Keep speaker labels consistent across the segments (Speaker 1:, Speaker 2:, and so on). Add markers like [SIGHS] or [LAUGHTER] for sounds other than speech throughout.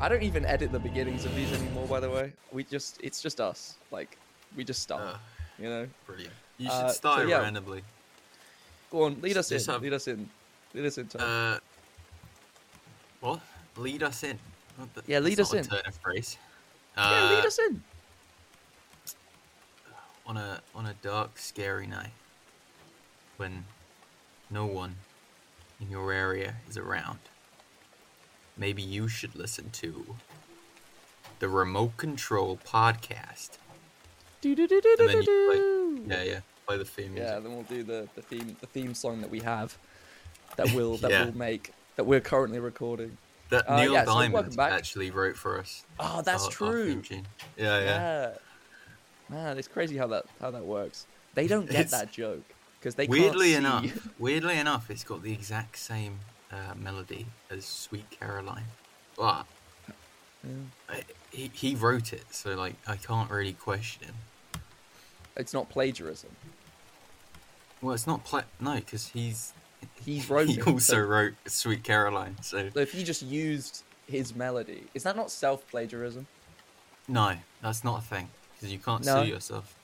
Speaker 1: I don't even edit the beginnings of these anymore. By the way, we just it's just us. Like we just start.
Speaker 2: Ah,
Speaker 1: You know.
Speaker 2: brilliant. You
Speaker 1: Uh,
Speaker 2: should
Speaker 1: so
Speaker 2: start it
Speaker 1: yeah.
Speaker 2: randomly.
Speaker 1: Go on, lead us
Speaker 2: Just-
Speaker 1: in.
Speaker 2: just have-
Speaker 1: Lead us in. Lead us in. Tom.
Speaker 2: Uh, what? Lead us in. What the-
Speaker 1: Yeah, lead
Speaker 2: that's
Speaker 1: us
Speaker 2: not
Speaker 1: in.
Speaker 2: A turn of phrase.
Speaker 1: yeah, lead
Speaker 2: Uh,
Speaker 1: us in.
Speaker 2: on a on a dark, scary night when no one in your area is around. Maybe you should listen to the Remote Control podcast. And then you play, yeah, yeah, play the theme music.
Speaker 1: Yeah, then we'll do the, the theme the theme song that we have that will that
Speaker 2: [LAUGHS] Yeah.
Speaker 1: we'll make that we're currently recording.
Speaker 2: That
Speaker 1: Uh,
Speaker 2: Neil
Speaker 1: yeah, so welcome
Speaker 2: Diamond
Speaker 1: back.
Speaker 2: actually wrote for us.
Speaker 1: Oh, that's
Speaker 2: our- our
Speaker 1: true.
Speaker 2: theme tune. Yeah, yeah.
Speaker 1: Man, it's crazy how that how that works. They don't get
Speaker 2: It's-
Speaker 1: that joke because they
Speaker 2: Weirdly
Speaker 1: can't see. [LAUGHS]
Speaker 2: enough, weirdly enough, it's got the exact same uh, melody as "Sweet Caroline," but I, he he wrote it, so like I can't really question him.
Speaker 1: it's not plagiarism.
Speaker 2: Well, it's not pla- no, because he's
Speaker 1: He's wrote
Speaker 2: [LAUGHS] he
Speaker 1: it,
Speaker 2: also
Speaker 1: so-
Speaker 2: wrote "Sweet Caroline," so
Speaker 1: So if he just used his melody, is that not self plagiarism?
Speaker 2: no, that's not a thing because you can't
Speaker 1: No.
Speaker 2: sue yourself.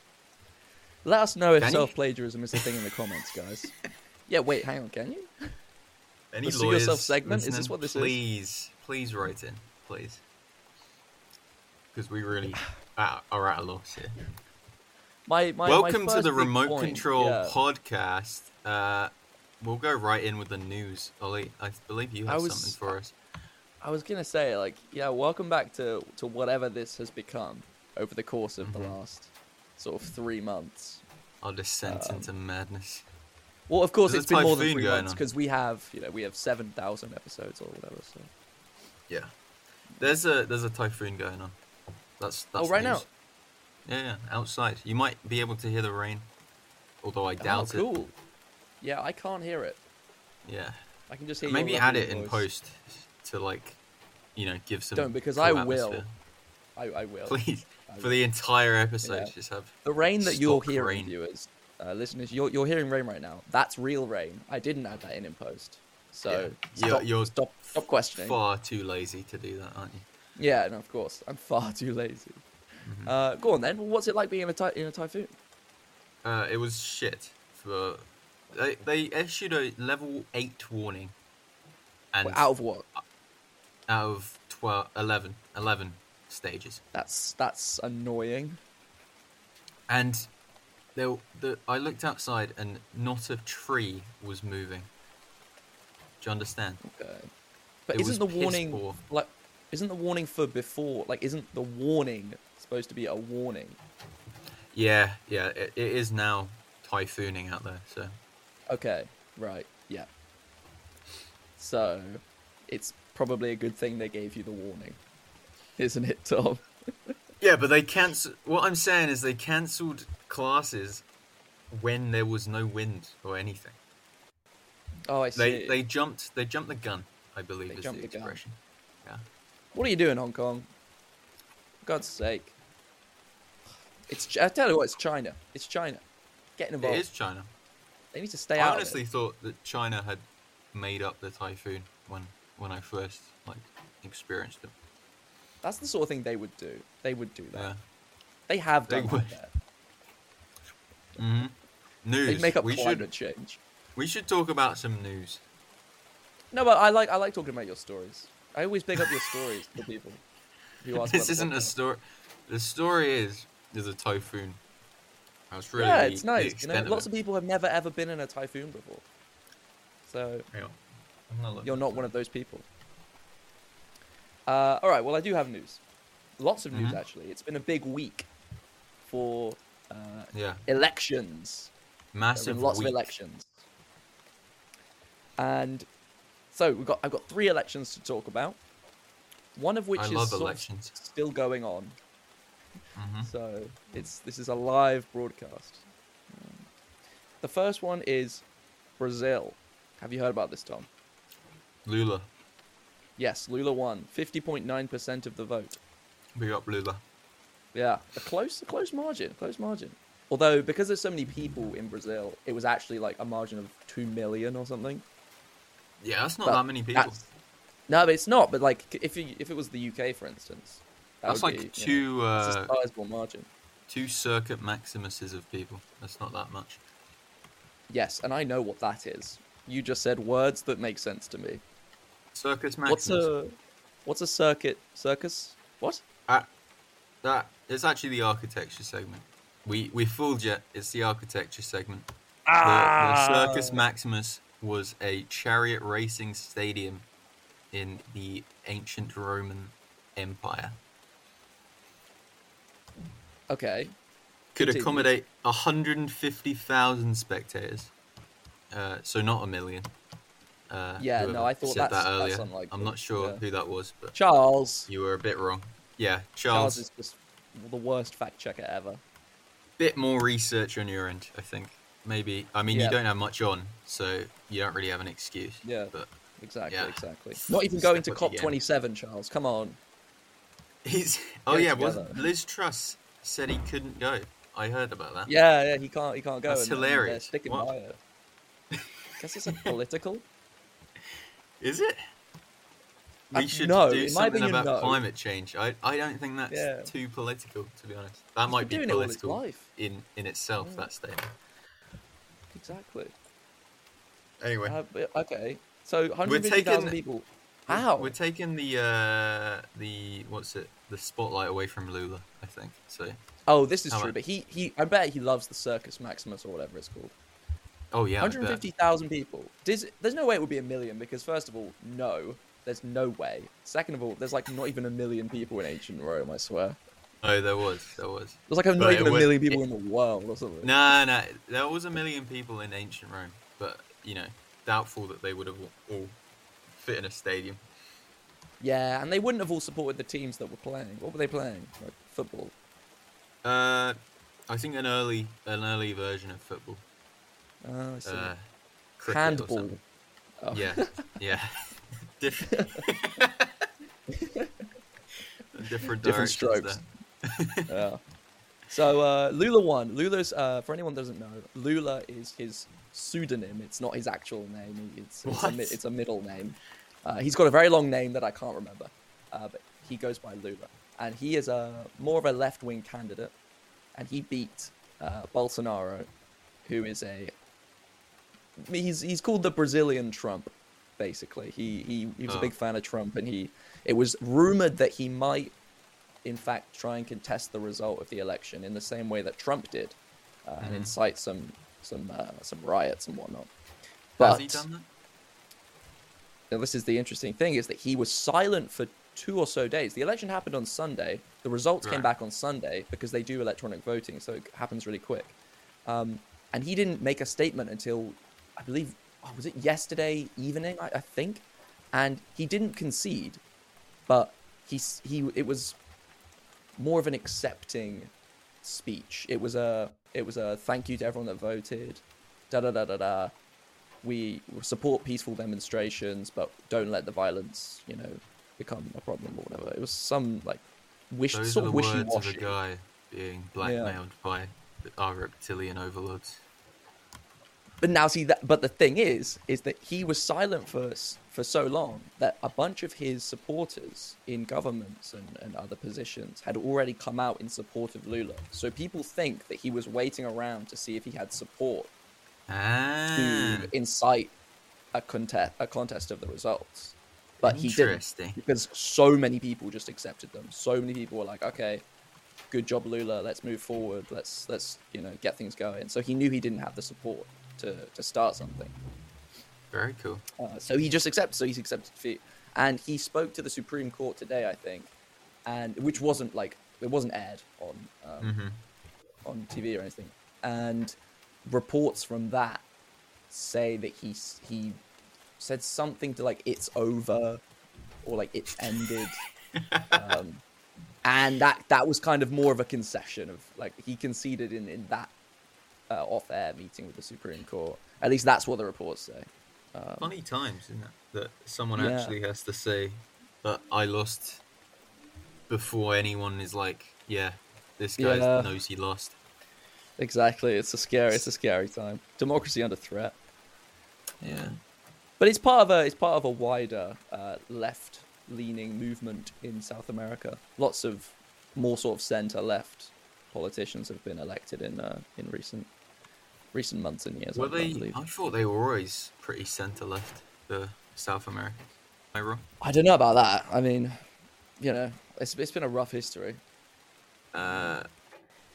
Speaker 1: Let us know if
Speaker 2: Can you?
Speaker 1: self plagiarism is a thing in the comments,
Speaker 2: [LAUGHS]
Speaker 1: guys. yeah, wait, hang on, can you?
Speaker 2: Any
Speaker 1: The Sue Yourself segment? Is this what this is?
Speaker 2: please, Please, write in, please, because
Speaker 1: [SIGHS]
Speaker 2: we really at- are at a loss here.
Speaker 1: My, my my
Speaker 2: Welcome to
Speaker 1: first
Speaker 2: the
Speaker 1: big
Speaker 2: remote
Speaker 1: point-
Speaker 2: control
Speaker 1: yeah.
Speaker 2: podcast. Uh, we'll go right in with the news, Ollie. I believe you
Speaker 1: I
Speaker 2: have
Speaker 1: was-
Speaker 2: something for us.
Speaker 1: I was gonna say, like, yeah, welcome back to to whatever this has become over the course of the
Speaker 2: Mhm.
Speaker 1: last sort of three months.
Speaker 2: Our descent
Speaker 1: um,
Speaker 2: into madness.
Speaker 1: Well, of course,
Speaker 2: There's
Speaker 1: it's
Speaker 2: a
Speaker 1: been more than
Speaker 2: typhoon
Speaker 1: three
Speaker 2: going
Speaker 1: months
Speaker 2: on.
Speaker 1: because we have, you know, we have seven thousand episodes or whatever. So,
Speaker 2: Yeah. There's a there's a typhoon going on. That's that's
Speaker 1: oh, right now,
Speaker 2: news. Yeah, yeah, outside. You might be able to hear the rain, although I
Speaker 1: oh,
Speaker 2: doubt
Speaker 1: cool. Yeah, I can't hear it.
Speaker 2: it. Yeah.
Speaker 1: I can just hear. your
Speaker 2: Maybe add
Speaker 1: lovely
Speaker 2: it in
Speaker 1: voice.
Speaker 2: post to like, you know, give some.
Speaker 1: Don't, because
Speaker 2: cool
Speaker 1: I will.
Speaker 2: atmosphere. [LAUGHS]
Speaker 1: I, I will.
Speaker 2: Please,
Speaker 1: I
Speaker 2: for the entire episode,
Speaker 1: Yeah.
Speaker 2: just have
Speaker 1: The rain that you're
Speaker 2: stock
Speaker 1: hearing,
Speaker 2: rain.
Speaker 1: viewers, uh, listeners, you're you're hearing rain right now. That's real rain. I didn't add that in in post. So
Speaker 2: Yeah. You're-
Speaker 1: stop,
Speaker 2: you're
Speaker 1: stop stop questioning.
Speaker 2: far too lazy to do that, aren't you?
Speaker 1: Yeah, no, of course. I'm far [LAUGHS] too lazy.
Speaker 2: Mm-hmm.
Speaker 1: Uh, go on then. What's it like being in a, ty- in a typhoon?
Speaker 2: Uh, it was shit. For they, they issued a level eight warning, and
Speaker 1: Well, out of what?
Speaker 2: out of 12, 11, 11 stages,
Speaker 1: That's that's annoying.
Speaker 2: and there, the I looked outside and not a tree was moving. Do you understand?
Speaker 1: Okay. But
Speaker 2: It
Speaker 1: isn't
Speaker 2: was
Speaker 1: the
Speaker 2: piss
Speaker 1: warning
Speaker 2: poor.
Speaker 1: like? Isn't the warning for before like? Isn't the warning supposed to be a warning?
Speaker 2: Yeah, yeah. It, it is now typhooning out there, so
Speaker 1: Okay. Right. Yeah. So, it's probably a good thing they gave you the warning, isn't it, Tom?
Speaker 2: Yeah, but they cancel. What I'm saying is they cancelled classes when there was no wind or anything.
Speaker 1: Oh, I see.
Speaker 2: They they jumped they jumped the gun. I believe
Speaker 1: They
Speaker 2: is the
Speaker 1: jumped the gun.
Speaker 2: expression.
Speaker 1: What are you doing, Hong Kong? For God's sake. It's Ch- I tell you what, it's China. It's China. Getting
Speaker 2: It
Speaker 1: involved.
Speaker 2: is China.
Speaker 1: They need to stay
Speaker 2: I
Speaker 1: out. of it.
Speaker 2: honestly thought that China had made up the typhoon when when I first like experienced it.
Speaker 1: That's the sort of thing they would do. They would do that.
Speaker 2: Yeah.
Speaker 1: They have
Speaker 2: They
Speaker 1: done
Speaker 2: would.
Speaker 1: that.
Speaker 2: [LAUGHS]
Speaker 1: there.
Speaker 2: hmm News.
Speaker 1: They make up
Speaker 2: we
Speaker 1: climate
Speaker 2: should
Speaker 1: change.
Speaker 2: we should talk about some news.
Speaker 1: No, but I like I like talking about your stories. I always pick up your stories for people who ask. about
Speaker 2: [LAUGHS] This
Speaker 1: the
Speaker 2: isn't a
Speaker 1: podcast.
Speaker 2: story. The story is there's a typhoon. That's really
Speaker 1: Yeah, it's
Speaker 2: the
Speaker 1: nice. You know,
Speaker 2: extent
Speaker 1: lots
Speaker 2: it.
Speaker 1: of people have never ever been in a typhoon before, so
Speaker 2: Hang on. I'm gonna look.
Speaker 1: You're not one of those people. Uh, all right. Well, I do have news. Lots of news
Speaker 2: Mhm.
Speaker 1: actually. It's been a big week for uh,
Speaker 2: Yeah.
Speaker 1: elections. There've
Speaker 2: Massive
Speaker 1: been lots
Speaker 2: week.
Speaker 1: of elections, and so we've got. I've got three elections to talk about. One of which
Speaker 2: I
Speaker 1: is
Speaker 2: love
Speaker 1: sort of
Speaker 2: elections.
Speaker 1: still going on.
Speaker 2: Mhm.
Speaker 1: So it's this is a live broadcast. The first one is Brazil. Have you heard about this, Tom?
Speaker 2: Lula.
Speaker 1: Yes, Lula won. 50.9% of the vote.
Speaker 2: Big up Lula.
Speaker 1: Yeah, a close, a close margin, close margin. Although, because there's so many people in Brazil, it was actually like a margin of 2 million or something.
Speaker 2: Yeah, that's not
Speaker 1: But
Speaker 2: that many people.
Speaker 1: That's, No, but it's not. But like, c- if you, if it was the UK, for instance, that
Speaker 2: That's
Speaker 1: would
Speaker 2: like
Speaker 1: be, You
Speaker 2: two
Speaker 1: know, it's
Speaker 2: uh,
Speaker 1: a sizable margin.
Speaker 2: two circuit maximuses of people. That's not that much.
Speaker 1: Yes, and I know what that is. You just said words that make sense to me.
Speaker 2: Circus
Speaker 1: What's
Speaker 2: maximus.
Speaker 1: a what's a circuit circus? What?
Speaker 2: Ah, that it's actually the architecture segment. We we fooled you. It's the architecture segment. The, the Circus Maximus was a chariot racing stadium in the ancient Roman Empire.
Speaker 1: Okay.
Speaker 2: Could
Speaker 1: Continue.
Speaker 2: accommodate 150,000 spectators. Uh, so not a million. Uh,
Speaker 1: Yeah, no,
Speaker 2: whoever
Speaker 1: I thought
Speaker 2: said
Speaker 1: that's-
Speaker 2: that
Speaker 1: that's
Speaker 2: earlier.
Speaker 1: unlikely,
Speaker 2: I'm not sure
Speaker 1: yeah.
Speaker 2: who that was, but
Speaker 1: Charles.
Speaker 2: you were a bit wrong. Yeah,
Speaker 1: Charles
Speaker 2: Charles,
Speaker 1: is just the worst fact checker ever.
Speaker 2: bit more research on your end, I think. Maybe. I mean,
Speaker 1: Yeah.
Speaker 2: you don't have much on, so you don't really have an excuse.
Speaker 1: Yeah.
Speaker 2: But [LAUGHS]
Speaker 1: Exactly,
Speaker 2: Yeah.
Speaker 1: exactly. Not even
Speaker 2: Step
Speaker 1: going to
Speaker 2: up again.
Speaker 1: COP27, Charles. Come
Speaker 2: [LAUGHS]
Speaker 1: on.
Speaker 2: he's. Oh
Speaker 1: Get it
Speaker 2: yeah, was
Speaker 1: together.
Speaker 2: Liz Truss said he couldn't go. I heard about that.
Speaker 1: Yeah, yeah, he can't, he can't go.
Speaker 2: That's
Speaker 1: and- and they're
Speaker 2: hilarious.
Speaker 1: sticking
Speaker 2: What?
Speaker 1: by
Speaker 2: [LAUGHS]
Speaker 1: it. Guess it's a political.
Speaker 2: Is it?
Speaker 1: Uh,
Speaker 2: We should
Speaker 1: no,
Speaker 2: do
Speaker 1: in my
Speaker 2: something
Speaker 1: opinion,
Speaker 2: about
Speaker 1: no.
Speaker 2: climate change. I, I don't think that's
Speaker 1: Yeah.
Speaker 2: too political, to be honest. That
Speaker 1: He's
Speaker 2: might
Speaker 1: been
Speaker 2: be
Speaker 1: doing it all his
Speaker 2: political
Speaker 1: life.
Speaker 2: in, in itself,
Speaker 1: Yeah.
Speaker 2: that statement.
Speaker 1: Exactly.
Speaker 2: Anyway,
Speaker 1: Uh, but- okay. So
Speaker 2: taking-
Speaker 1: 150,000 people.
Speaker 2: we're-
Speaker 1: How?
Speaker 2: We're taking the, uh, the, what's it, the spotlight away from Lula, I think. So,
Speaker 1: Oh, this is
Speaker 2: How
Speaker 1: true.
Speaker 2: much?
Speaker 1: But he, he, I bet he loves the Circus Maximus or whatever it's called.
Speaker 2: oh yeah. I bet.
Speaker 1: 150,000 people. Dis- there's no way it would be a million because, first of all, no. There's no way. Second of all, there's like not even a million people in ancient Rome, I swear.
Speaker 2: Oh, there was, there was.
Speaker 1: There's like not
Speaker 2: But
Speaker 1: even
Speaker 2: it
Speaker 1: a
Speaker 2: would-
Speaker 1: million people in the world or something.
Speaker 2: No, no, there was a million people in ancient Rome, but you know, doubtful that they would have all fit in a stadium.
Speaker 1: Yeah, and they wouldn't have all supported the teams that were playing. What were they playing? Like football.
Speaker 2: Uh, I think an early, an early version of football.
Speaker 1: Oh, I see.
Speaker 2: Uh, cricket or
Speaker 1: Handball.
Speaker 2: something.
Speaker 1: Oh.
Speaker 2: Yeah, yeah. [LAUGHS] Diff-
Speaker 1: [LAUGHS]
Speaker 2: different
Speaker 1: Different
Speaker 2: directions
Speaker 1: strokes.
Speaker 2: there.
Speaker 1: yeah. So uh, Lula won. Lula's uh, for anyone that doesn't know, Lula is his pseudonym. It's not his actual name. He- It's it's a, mi-
Speaker 2: What?
Speaker 1: it's a middle name. Uh, he's got a very long name that I can't remember, uh, but he goes by Lula, and he is a more of a left wing candidate, and he beat uh, Bolsonaro, who is a he's he's called the Brazilian Trump, basically. He he he was
Speaker 2: Oh.
Speaker 1: a big fan of Trump, and he it was rumored that he might in fact try and contest the result of the election in the same way that Trump did, uh, and
Speaker 2: Mhm.
Speaker 1: incite some some uh, some riots and whatnot.
Speaker 2: Has
Speaker 1: But
Speaker 2: he done that?
Speaker 1: now this is the interesting thing: is that he was silent for two or so days. The election happened on Sunday. The results came
Speaker 2: Right.
Speaker 1: back on Sunday because they do electronic voting, so it happens really quick. Um, and he didn't make a statement until I believe oh, was it yesterday evening, I, I think. And he didn't concede, but he s- he it was more of an accepting speech. It was a it was a thank you to everyone that voted. Da da da da da. We support peaceful demonstrations, but don't let the violence, you know, become a problem or whatever. It was some like wish
Speaker 2: Those
Speaker 1: sort
Speaker 2: are the
Speaker 1: of
Speaker 2: words
Speaker 1: wishy
Speaker 2: of a
Speaker 1: washy.
Speaker 2: guy being blackmailed by our reptilian overlords.
Speaker 1: But now, see that. But the thing is, is that he was silent for s- for so long that a bunch of his supporters in governments and, and other positions had already come out in support of Lula. So people think that he was waiting around to see if he had support
Speaker 2: Ah,
Speaker 1: to incite a contest a contest of the results. But he didn't
Speaker 2: interesting.
Speaker 1: because so many people just accepted them. So many people were like, "Okay, good job, Lula. Let's move forward. Let's let's you know get things going." So he knew he didn't have the support to to start something.
Speaker 2: Very cool.
Speaker 1: Uh, so he just accepts. So he's accepted defeat, and he spoke to the Supreme Court today, I think, and which wasn't like it wasn't aired on um,
Speaker 2: hmm
Speaker 1: on TV or anything. And reports from that say that he s- he said something to like it's over or like it's ended. um, and that that was kind of more of a concession of like he conceded in in that uh, off air meeting with the Supreme Court. At least that's what the reports say.
Speaker 2: Funny times, isn't it? That someone
Speaker 1: Um, Yeah.
Speaker 2: actually has to say that I lost before anyone is like, yeah, this guy
Speaker 1: Yeah.
Speaker 2: knows he lost.
Speaker 1: Exactly. It's a scary. It's a scary time. Democracy under threat.
Speaker 2: Yeah.
Speaker 1: But it's part of a it's part of a wider uh, left leaning movement in South America. Lots of more sort of centre left politicians have been elected in uh, in recent recent months and years.
Speaker 2: Were
Speaker 1: I I
Speaker 2: they?
Speaker 1: believe.
Speaker 2: I thought they were always pretty centre left, the South Americans. Am I wrong?
Speaker 1: I don't know about that. I mean, you know, it's, it's been a rough history.
Speaker 2: Uh,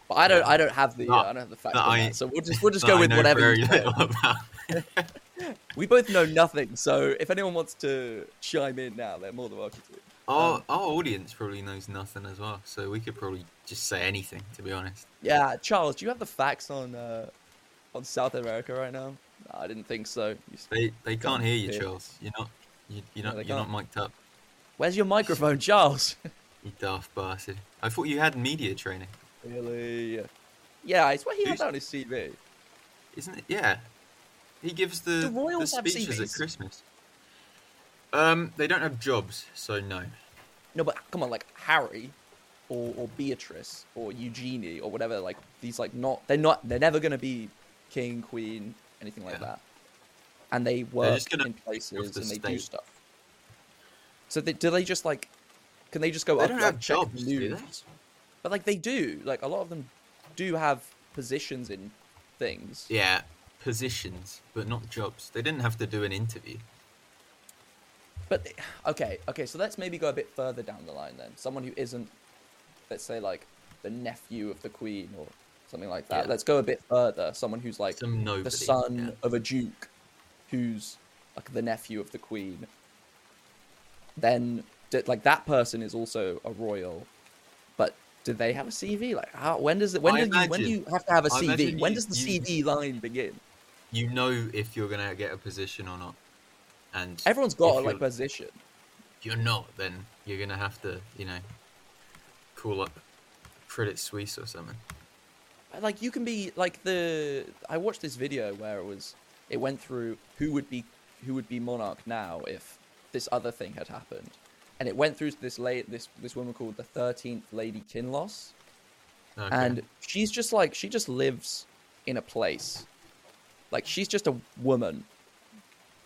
Speaker 1: But I don't
Speaker 2: Yeah.
Speaker 1: I don't have the uh,
Speaker 2: Not-
Speaker 1: I don't have the facts.
Speaker 2: that
Speaker 1: on
Speaker 2: I-
Speaker 1: that, so we'll just we'll just
Speaker 2: that
Speaker 1: go
Speaker 2: I
Speaker 1: with
Speaker 2: know
Speaker 1: whatever.
Speaker 2: very
Speaker 1: You
Speaker 2: little
Speaker 1: know. [LAUGHS]
Speaker 2: about.
Speaker 1: We both know nothing. So if anyone wants to chime in now, they're more than welcome to.
Speaker 2: Our,
Speaker 1: Um,
Speaker 2: our audience probably knows nothing as well, so we could probably just say anything, to be honest.
Speaker 1: Yeah, Charles, do you have the facts on uh, on South America right now? I didn't think so. You s-
Speaker 2: They they
Speaker 1: Don't
Speaker 2: can't hear you,
Speaker 1: hear.
Speaker 2: Charles. You're not you, you're
Speaker 1: No,
Speaker 2: not
Speaker 1: they
Speaker 2: you're not
Speaker 1: can't.
Speaker 2: mic'd up.
Speaker 1: Where's your microphone, Charles?
Speaker 2: You daft bastard. I thought you had media training,
Speaker 1: [LAUGHS] really? Yeah, it's what he had
Speaker 2: Who's-
Speaker 1: that on his CV.
Speaker 2: isn't it? Yeah. He gives
Speaker 1: The
Speaker 2: the
Speaker 1: Royals have
Speaker 2: speeches at
Speaker 1: CVs.
Speaker 2: Christmas. Um, they don't have jobs, so no.
Speaker 1: No, but come on, like Harry, or, or Beatrice, or Eugenie, or whatever. Like these, like not they're not they're never gonna be king, queen, anything like
Speaker 2: Yeah.
Speaker 1: that. And they work
Speaker 2: just gonna
Speaker 1: in
Speaker 2: be
Speaker 1: places
Speaker 2: the
Speaker 1: and they do
Speaker 2: state.
Speaker 1: stuff. So they, do they just like? Can they just go
Speaker 2: They
Speaker 1: up
Speaker 2: don't
Speaker 1: like,
Speaker 2: have
Speaker 1: check
Speaker 2: jobs, do they?
Speaker 1: news? But like they do, like a lot of them do have positions in things.
Speaker 2: Yeah, positions, but not jobs. They didn't have to do an interview.
Speaker 1: But th- okay, okay. So let's maybe go a bit further down the line then. Someone who isn't, let's say, like the nephew of the queen or something like that.
Speaker 2: Yeah.
Speaker 1: Let's go a bit further. Someone who's like
Speaker 2: Some nobody.
Speaker 1: the son
Speaker 2: yeah.
Speaker 1: of a duke, who's like the nephew of the queen. Then, d- like that person is also a royal, but do they have a CV? Like, how, when does it? When do
Speaker 2: I
Speaker 1: you? When do
Speaker 2: imagine-
Speaker 1: you have to have a
Speaker 2: I
Speaker 1: CV?
Speaker 2: imagine
Speaker 1: When
Speaker 2: you-
Speaker 1: does the
Speaker 2: you-
Speaker 1: CV line begin?
Speaker 2: You know if you're gonna get a position or not, and
Speaker 1: Everyone's got
Speaker 2: if
Speaker 1: like
Speaker 2: you're-
Speaker 1: position.
Speaker 2: If you're not, then you're gonna have to, you know, call up Credit Suisse or something.
Speaker 1: like you can be like the i watched this video where it was it went through who would be who would be monarch now if this other thing had happened and it went through to this late this this woman called the 13th lady kinloss
Speaker 2: Okay.
Speaker 1: and she's just like she just lives in a place like she's just a woman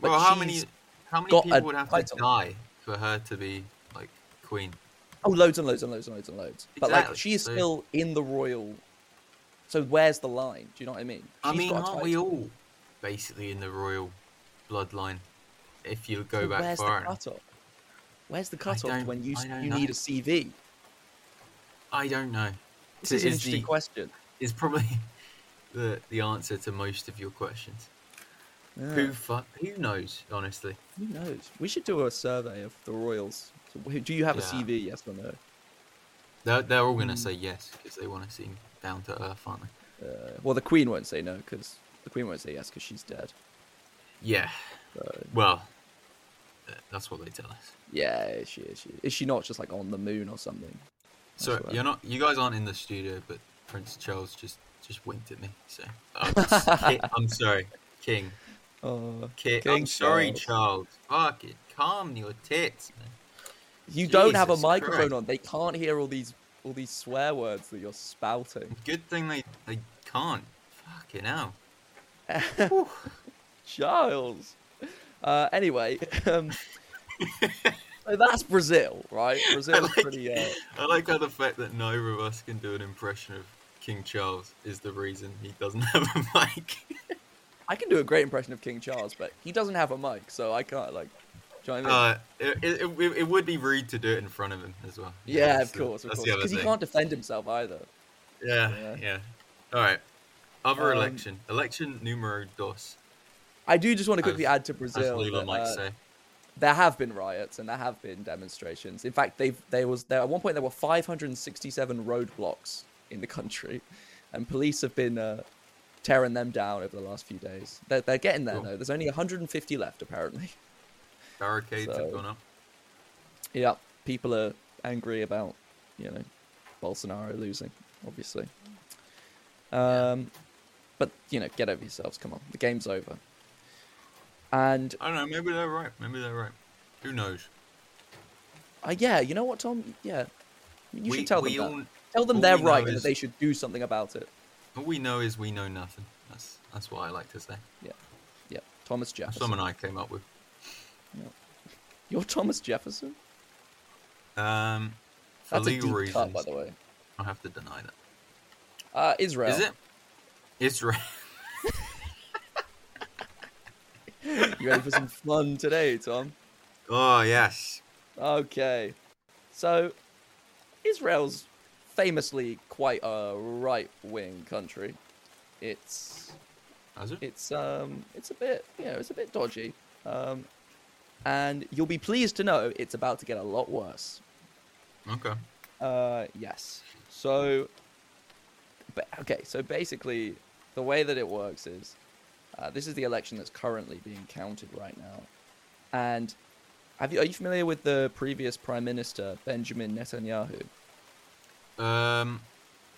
Speaker 1: but
Speaker 2: well, how many
Speaker 1: she's
Speaker 2: how many
Speaker 1: got a
Speaker 2: people would have
Speaker 1: title.
Speaker 2: to die for her to be like queen?
Speaker 1: oh loads and loads and loads and loads and loads but like
Speaker 2: Exactly,
Speaker 1: she is
Speaker 2: so-
Speaker 1: still in the royal so where's the line do you know what i mean
Speaker 2: I
Speaker 1: She's
Speaker 2: mean,
Speaker 1: got a
Speaker 2: aren't we
Speaker 1: title.
Speaker 2: all basically in the royal bloodline? If you go
Speaker 1: So
Speaker 2: back
Speaker 1: where's
Speaker 2: far
Speaker 1: the
Speaker 2: enough,
Speaker 1: cutoff? Where's the cutoff to
Speaker 2: don't-
Speaker 1: when you
Speaker 2: I
Speaker 1: s-
Speaker 2: don't
Speaker 1: you
Speaker 2: know.
Speaker 1: need a CV?
Speaker 2: I don't know.
Speaker 1: This
Speaker 2: So
Speaker 1: is an
Speaker 2: is
Speaker 1: interesting
Speaker 2: the-
Speaker 1: question.
Speaker 2: Is probably [LAUGHS] the the answer to most of your questions. Who fuck? Who knows? Honestly,
Speaker 1: Who knows? We should do a survey of the Royals. So, wh- do you have a
Speaker 2: Yeah.
Speaker 1: CV? Yes or no?
Speaker 2: they're they're all gonna
Speaker 1: Hmm.
Speaker 2: say yes because they want to seem down to earth, aren't they?
Speaker 1: Uh, well, the Queen won't say no because the Queen won't say yes because she's dead.
Speaker 2: Yeah.
Speaker 1: So,
Speaker 2: Well, uh, that's what they tell us.
Speaker 1: yeah, she is. She is. she not just like on the moon or something?
Speaker 2: So
Speaker 1: That's right.
Speaker 2: you're not, you guys aren't in the studio, but Prince Charles just just winked at me. So Oh, ki-
Speaker 1: [LAUGHS]
Speaker 2: I'm sorry, King.
Speaker 1: Uh,
Speaker 2: Ki-
Speaker 1: King
Speaker 2: I'm sorry,
Speaker 1: Charles.
Speaker 2: Charles. Fuck it. Calm your tits, man.
Speaker 1: you don't have a
Speaker 2: Jesus
Speaker 1: microphone
Speaker 2: Christ.
Speaker 1: on. They can't hear all these all these swear words that you're spouting.
Speaker 2: Good thing they they can't. Fucking
Speaker 1: [LAUGHS]
Speaker 2: hell.
Speaker 1: Charles. Uh, anyway,
Speaker 2: [LAUGHS]
Speaker 1: um, so that's Brazil, right? Brazil's
Speaker 2: [LAUGHS] like-
Speaker 1: pretty. Uh,
Speaker 2: I like how the fact that neither of us can do an impression of King Charles is the reason he doesn't [LAUGHS] have a mic.
Speaker 1: I can do a great impression of King Charles, but he doesn't have a mic, so I can't like join in.
Speaker 2: Uh, it, it, it, it would be rude to do it in front of him as well.
Speaker 1: yeah,
Speaker 2: that's
Speaker 1: of
Speaker 2: the-
Speaker 1: course, of
Speaker 2: that's
Speaker 1: course,
Speaker 2: the other
Speaker 1: because he
Speaker 2: thing.
Speaker 1: can't defend himself either.
Speaker 2: Yeah,
Speaker 1: Yeah.
Speaker 2: yeah. All right. Other
Speaker 1: Um,
Speaker 2: election. Election numero dos.
Speaker 1: I do just want to
Speaker 2: As-
Speaker 1: quickly add to
Speaker 2: As
Speaker 1: Brazil.
Speaker 2: Lula
Speaker 1: that,
Speaker 2: might
Speaker 1: uh,
Speaker 2: say.
Speaker 1: there have been riots and there have been demonstrations. In fact, they've there was there at one point there were 567 roadblocks in the country, and police have been uh, tearing them down over the last few days. They're, they're getting there
Speaker 2: Cool.
Speaker 1: though. There's only 150 left apparently.
Speaker 2: [LAUGHS] Barricades
Speaker 1: so-
Speaker 2: have gone up.
Speaker 1: yeah, people are angry about you know Bolsonaro losing, obviously. Um, but you know, get over yourselves. Come on, the game's over. And
Speaker 2: I don't know. Maybe they're right. Maybe they're right. Who knows?
Speaker 1: uh, yeah, you know what, Tom? Yeah, you
Speaker 2: we,
Speaker 1: should tell them
Speaker 2: we
Speaker 1: that.
Speaker 2: All,
Speaker 1: Tell them
Speaker 2: all
Speaker 1: they're
Speaker 2: we
Speaker 1: right and
Speaker 2: know
Speaker 1: that
Speaker 2: is-
Speaker 1: they should do something about it.
Speaker 2: all we know is we know nothing. That's that's what I like to say.
Speaker 1: Yeah, Thomas
Speaker 2: That's
Speaker 1: Jefferson.
Speaker 2: something I came up with.
Speaker 1: You're Thomas Jefferson.
Speaker 2: Um, for
Speaker 1: That's a
Speaker 2: legal
Speaker 1: deep cut,
Speaker 2: reasons,
Speaker 1: by the way.
Speaker 2: I have to deny that.
Speaker 1: Uh, Israel.
Speaker 2: Is it? It's right.
Speaker 1: [LAUGHS] You ready for some fun today, Tom?
Speaker 2: [LAUGHS] Oh yes.
Speaker 1: Okay. So, Israel's famously quite a right-wing country. It's
Speaker 2: Is it?
Speaker 1: it's um it's a bit you know it's a bit dodgy. Um, and you'll be pleased to know it's about to get a lot worse.
Speaker 2: Okay.
Speaker 1: Uh, yes. So, but, okay. So basically, the way that it works is, uh, this is the election that's currently being counted right now, and have you, are you familiar with the previous prime minister Benjamin Netanyahu?
Speaker 2: Um,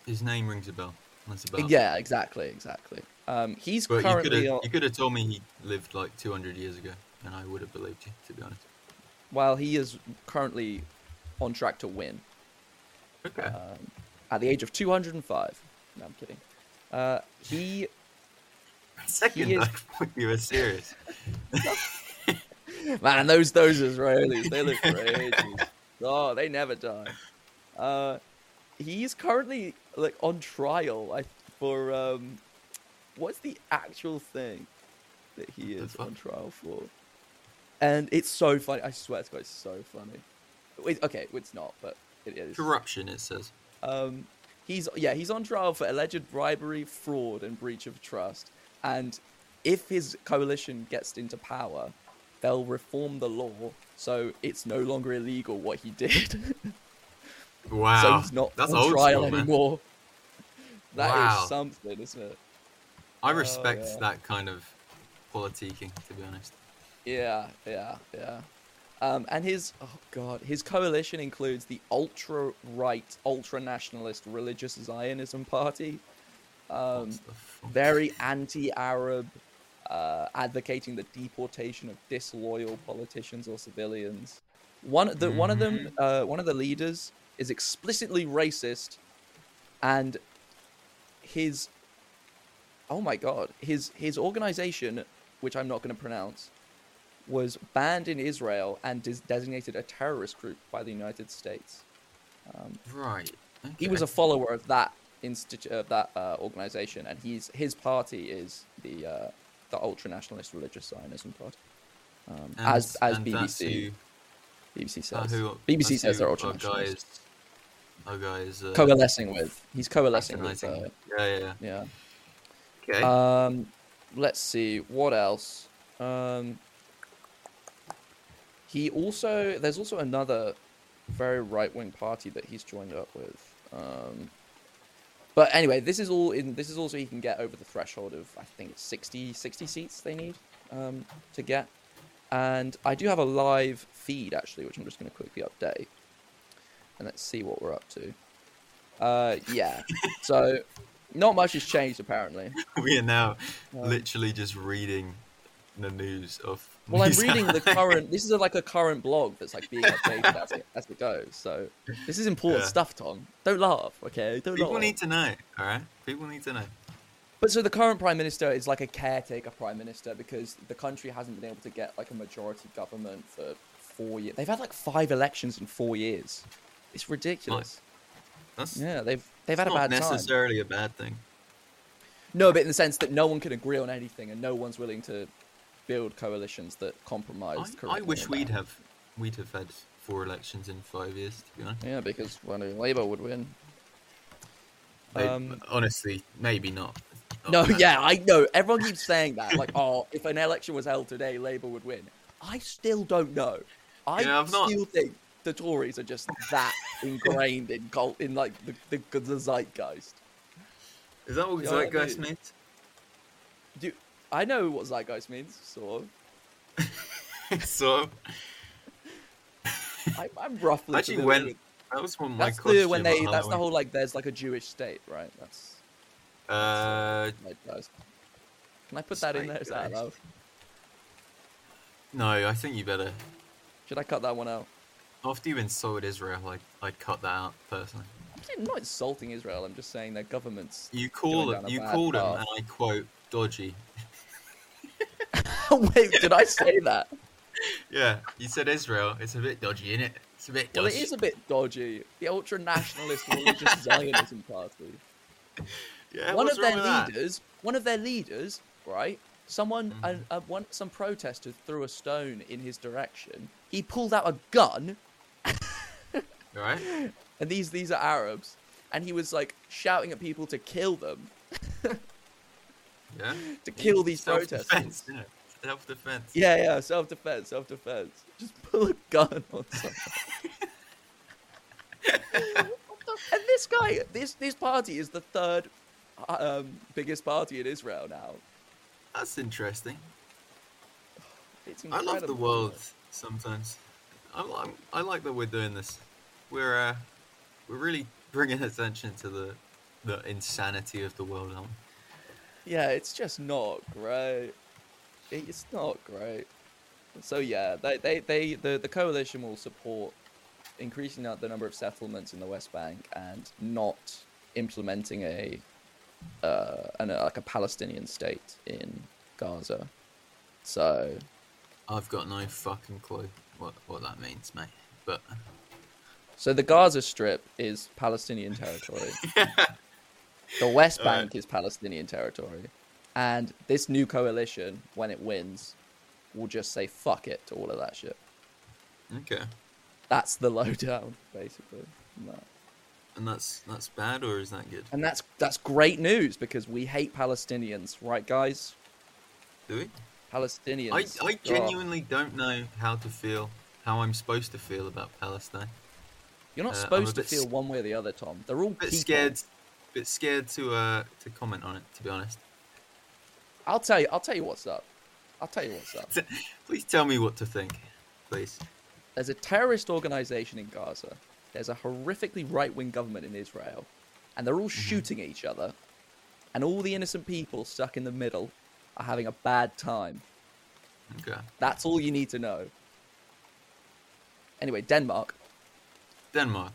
Speaker 2: his name rings a bell. That's about.
Speaker 1: Yeah, exactly, exactly. Um, he's
Speaker 2: But you could
Speaker 1: currently
Speaker 2: have
Speaker 1: on,
Speaker 2: you could have told me he lived like 200 years ago, and I would have believed you. To be honest.
Speaker 1: while he is currently on track to win.
Speaker 2: Okay.
Speaker 1: um, at the age of 205. No, I'm kidding. Uh, he
Speaker 2: [LAUGHS] Second,
Speaker 1: he is-
Speaker 2: I [LAUGHS] thought you were serious.
Speaker 1: Man, those those Israelis, they
Speaker 2: [LAUGHS]
Speaker 1: live for ages. Oh, they never die. Uh, he's currently like on trial I, for um, what's the actual thing that he
Speaker 2: The
Speaker 1: is
Speaker 2: fuck?
Speaker 1: on trial for? And it's so funny. I swear to God, it's so funny. Wait, okay, it's not, but it is.
Speaker 2: Corruption, it says.
Speaker 1: Um, he's yeah, he's on trial for alleged bribery, fraud, and breach of trust. And if his coalition gets into power, they'll reform the law so it's no longer illegal what he did. [LAUGHS] so
Speaker 2: Wow.
Speaker 1: he's not
Speaker 2: That's
Speaker 1: on
Speaker 2: old
Speaker 1: trial
Speaker 2: school, man.
Speaker 1: anymore. [LAUGHS] That is
Speaker 2: Wow.
Speaker 1: something, isn't it?
Speaker 2: I
Speaker 1: Oh,
Speaker 2: respect
Speaker 1: yeah.
Speaker 2: that kind of politicking, to be honest.
Speaker 1: Yeah, yeah, yeah. Um, and his oh god, his coalition includes the ultra right, ultra nationalist religious Zionism party,
Speaker 2: What
Speaker 1: um,
Speaker 2: the fuck?
Speaker 1: very anti-Arab, uh, advocating the deportation of disloyal politicians or civilians. One the one of them, uh, one of the leaders, is explicitly racist, and his oh my god, his his organization, which I'm not going to pronounce, was banned in Israel and is designated a terrorist group by the United States
Speaker 2: Right.
Speaker 1: he was a
Speaker 2: okay.
Speaker 1: follower of that institute of that uh, organization and he's his party is the uh, the ultra nationalist religious Zionism party um,
Speaker 2: And-
Speaker 1: as as
Speaker 2: and that's
Speaker 1: BBC
Speaker 2: who-
Speaker 1: BBC says
Speaker 2: that's who-
Speaker 1: BBC
Speaker 2: that's
Speaker 1: says
Speaker 2: who
Speaker 1: they're ultra
Speaker 2: Our
Speaker 1: nationalist
Speaker 2: guys, our guys, uh,
Speaker 1: coalescing with he's coalescing with
Speaker 2: patronising.
Speaker 1: uh,
Speaker 2: yeah, yeah,
Speaker 1: yeah
Speaker 2: yeah. Okay.
Speaker 1: um let's see what else um he also there's also another very right wing party that he's joined up with um but anyway this is all in this is also he can get over the threshold of i think it's 60 60 seats they need um to get and i do have a live feed actually which i'm just going to quickly update and let's see what we're up to uh yeah so not much has changed apparently
Speaker 2: [LAUGHS] we are now
Speaker 1: Yeah.
Speaker 2: literally just reading the news of.
Speaker 1: Well,
Speaker 2: [LAUGHS]
Speaker 1: I'm
Speaker 2: New
Speaker 1: reading the
Speaker 2: Zealand.
Speaker 1: current. This is like a current blog that's like being updated as it, as it goes. So this is important
Speaker 2: Yeah.
Speaker 1: stuff, Tom. Don't laugh, okay? Don't
Speaker 2: People
Speaker 1: laugh.
Speaker 2: need to know. All right. People need to know.
Speaker 1: But so the current prime minister is like a caretaker prime minister because the country hasn't been able to get like a majority government for four years. They've had like five elections in four years. It's ridiculous.
Speaker 2: That's
Speaker 1: Yeah, they've they've had a
Speaker 2: not
Speaker 1: bad time.
Speaker 2: necessarily a bad thing.
Speaker 1: No, but in the sense that no one can agree on anything, and no one's willing to build coalitions that compromise.
Speaker 2: I, I
Speaker 1: correctly on
Speaker 2: wish
Speaker 1: that.
Speaker 2: we'd have we'd have had four elections in five years. To be honest,
Speaker 1: Yeah, because well, Labour would win.
Speaker 2: They-
Speaker 1: Um,
Speaker 2: honestly, maybe not. Not [LAUGHS]
Speaker 1: No,
Speaker 2: bad.
Speaker 1: yeah, I know. Everyone keeps saying that, like, oh, if an election was held today, Labour would win. I still don't know. I
Speaker 2: Yeah, I've not-
Speaker 1: still think the Tories are just that ingrained in cult, in like the, the, the zeitgeist.
Speaker 2: Is that what
Speaker 1: Yeah, I
Speaker 2: zeitgeist
Speaker 1: do.
Speaker 2: [LAUGHS] means?
Speaker 1: Do I know what zeitgeist means? Sort of.
Speaker 2: so
Speaker 1: I, I'm roughly
Speaker 2: actually,
Speaker 1: familiar
Speaker 2: when
Speaker 1: with-
Speaker 2: that was one of my
Speaker 1: that's the
Speaker 2: questions.
Speaker 1: when they that's the whole like there's like a Jewish state, right? That's
Speaker 2: Uh,
Speaker 1: zeitgeist. Can I put that in there? Is that
Speaker 2: Zeitgeist.
Speaker 1: allowed?
Speaker 2: no, I think you better.
Speaker 1: Should I cut that one out?
Speaker 2: After you insulted Israel, like I'd cut that out personally.
Speaker 1: I'm not insulting Israel. I'm just saying their
Speaker 2: [LAUGHS]
Speaker 1: government's [LAUGHS]
Speaker 2: You call
Speaker 1: Going
Speaker 2: them,
Speaker 1: down a
Speaker 2: you
Speaker 1: bad
Speaker 2: called them,
Speaker 1: path.
Speaker 2: and I quote dodgy.
Speaker 1: Wait, did I say that?
Speaker 2: yeah, you said Israel. It's a bit dodgy, isn't it? It's a bit
Speaker 1: Well, it
Speaker 2: dodgy.
Speaker 1: is a bit dodgy. The ultra
Speaker 2: [LAUGHS]
Speaker 1: nationalist religious Zionism party.
Speaker 2: yeah,
Speaker 1: one
Speaker 2: what's
Speaker 1: of their
Speaker 2: wrong with that?
Speaker 1: leaders, one of their leaders, right? Someone,
Speaker 2: Mhm.
Speaker 1: uh, uh, one, some protester threw a stone in his direction. He pulled out a gun,
Speaker 2: Right?
Speaker 1: and these these are Arabs, and he was like shouting at people to kill them,
Speaker 2: Yeah.
Speaker 1: to kill these
Speaker 2: Self-defense,
Speaker 1: protesters.
Speaker 2: isn't it? Self-defense.
Speaker 1: Yeah, yeah, self defense, self defense. Just pull a gun on someone. [LAUGHS] What the- and this guy, this this party is the third uh, um, biggest party in Israel now.
Speaker 2: That's interesting.
Speaker 1: It's
Speaker 2: I
Speaker 1: incredible.
Speaker 2: love the world sometimes. I'm, I'm, I like that we're doing this. We're uh, we're really bringing attention to the the insanity of the world. Aren't we?
Speaker 1: Yeah, it's just not great. It- It's not great. So yeah, they, they, they the, the coalition will support increasing out the number of settlements in the West Bank and not implementing a uh, an, like a Palestinian state in Gaza. So
Speaker 2: I've got no fucking clue what what that means, mate. But
Speaker 1: so the Gaza Strip is
Speaker 2: [LAUGHS]
Speaker 1: Palestinian territory. the West
Speaker 2: Alright.
Speaker 1: Bank is Palestinian territory, and this new coalition, when it wins, will just say fuck it to all of that shit.
Speaker 2: okay,
Speaker 1: that's the [LAUGHS] lowdown basically on that.
Speaker 2: and that's that's bad or is that good?
Speaker 1: and that's that's great news because we hate palestinians right guys
Speaker 2: Do we? I
Speaker 1: palestinians
Speaker 2: I
Speaker 1: God.
Speaker 2: genuinely don't know how to feel how I'm supposed to feel about Palestine.
Speaker 1: you're not
Speaker 2: uh, I'm a
Speaker 1: supposed to
Speaker 2: bit
Speaker 1: feel
Speaker 2: s-
Speaker 1: one way or the other tom they're all
Speaker 2: Bit
Speaker 1: people.
Speaker 2: scared, bit scared to uh to comment on it. To be honest,
Speaker 1: i'll tell you i'll tell you what's up i'll tell you what's up
Speaker 2: please tell me what to think, please.
Speaker 1: there's a terrorist organization in gaza there's a horrifically right-wing government in israel and they're all
Speaker 2: Mm-hmm.
Speaker 1: shooting at each other and all the innocent people stuck in the middle are having a bad time
Speaker 2: Okay.
Speaker 1: that's all you need to know anyway denmark
Speaker 2: Denmark.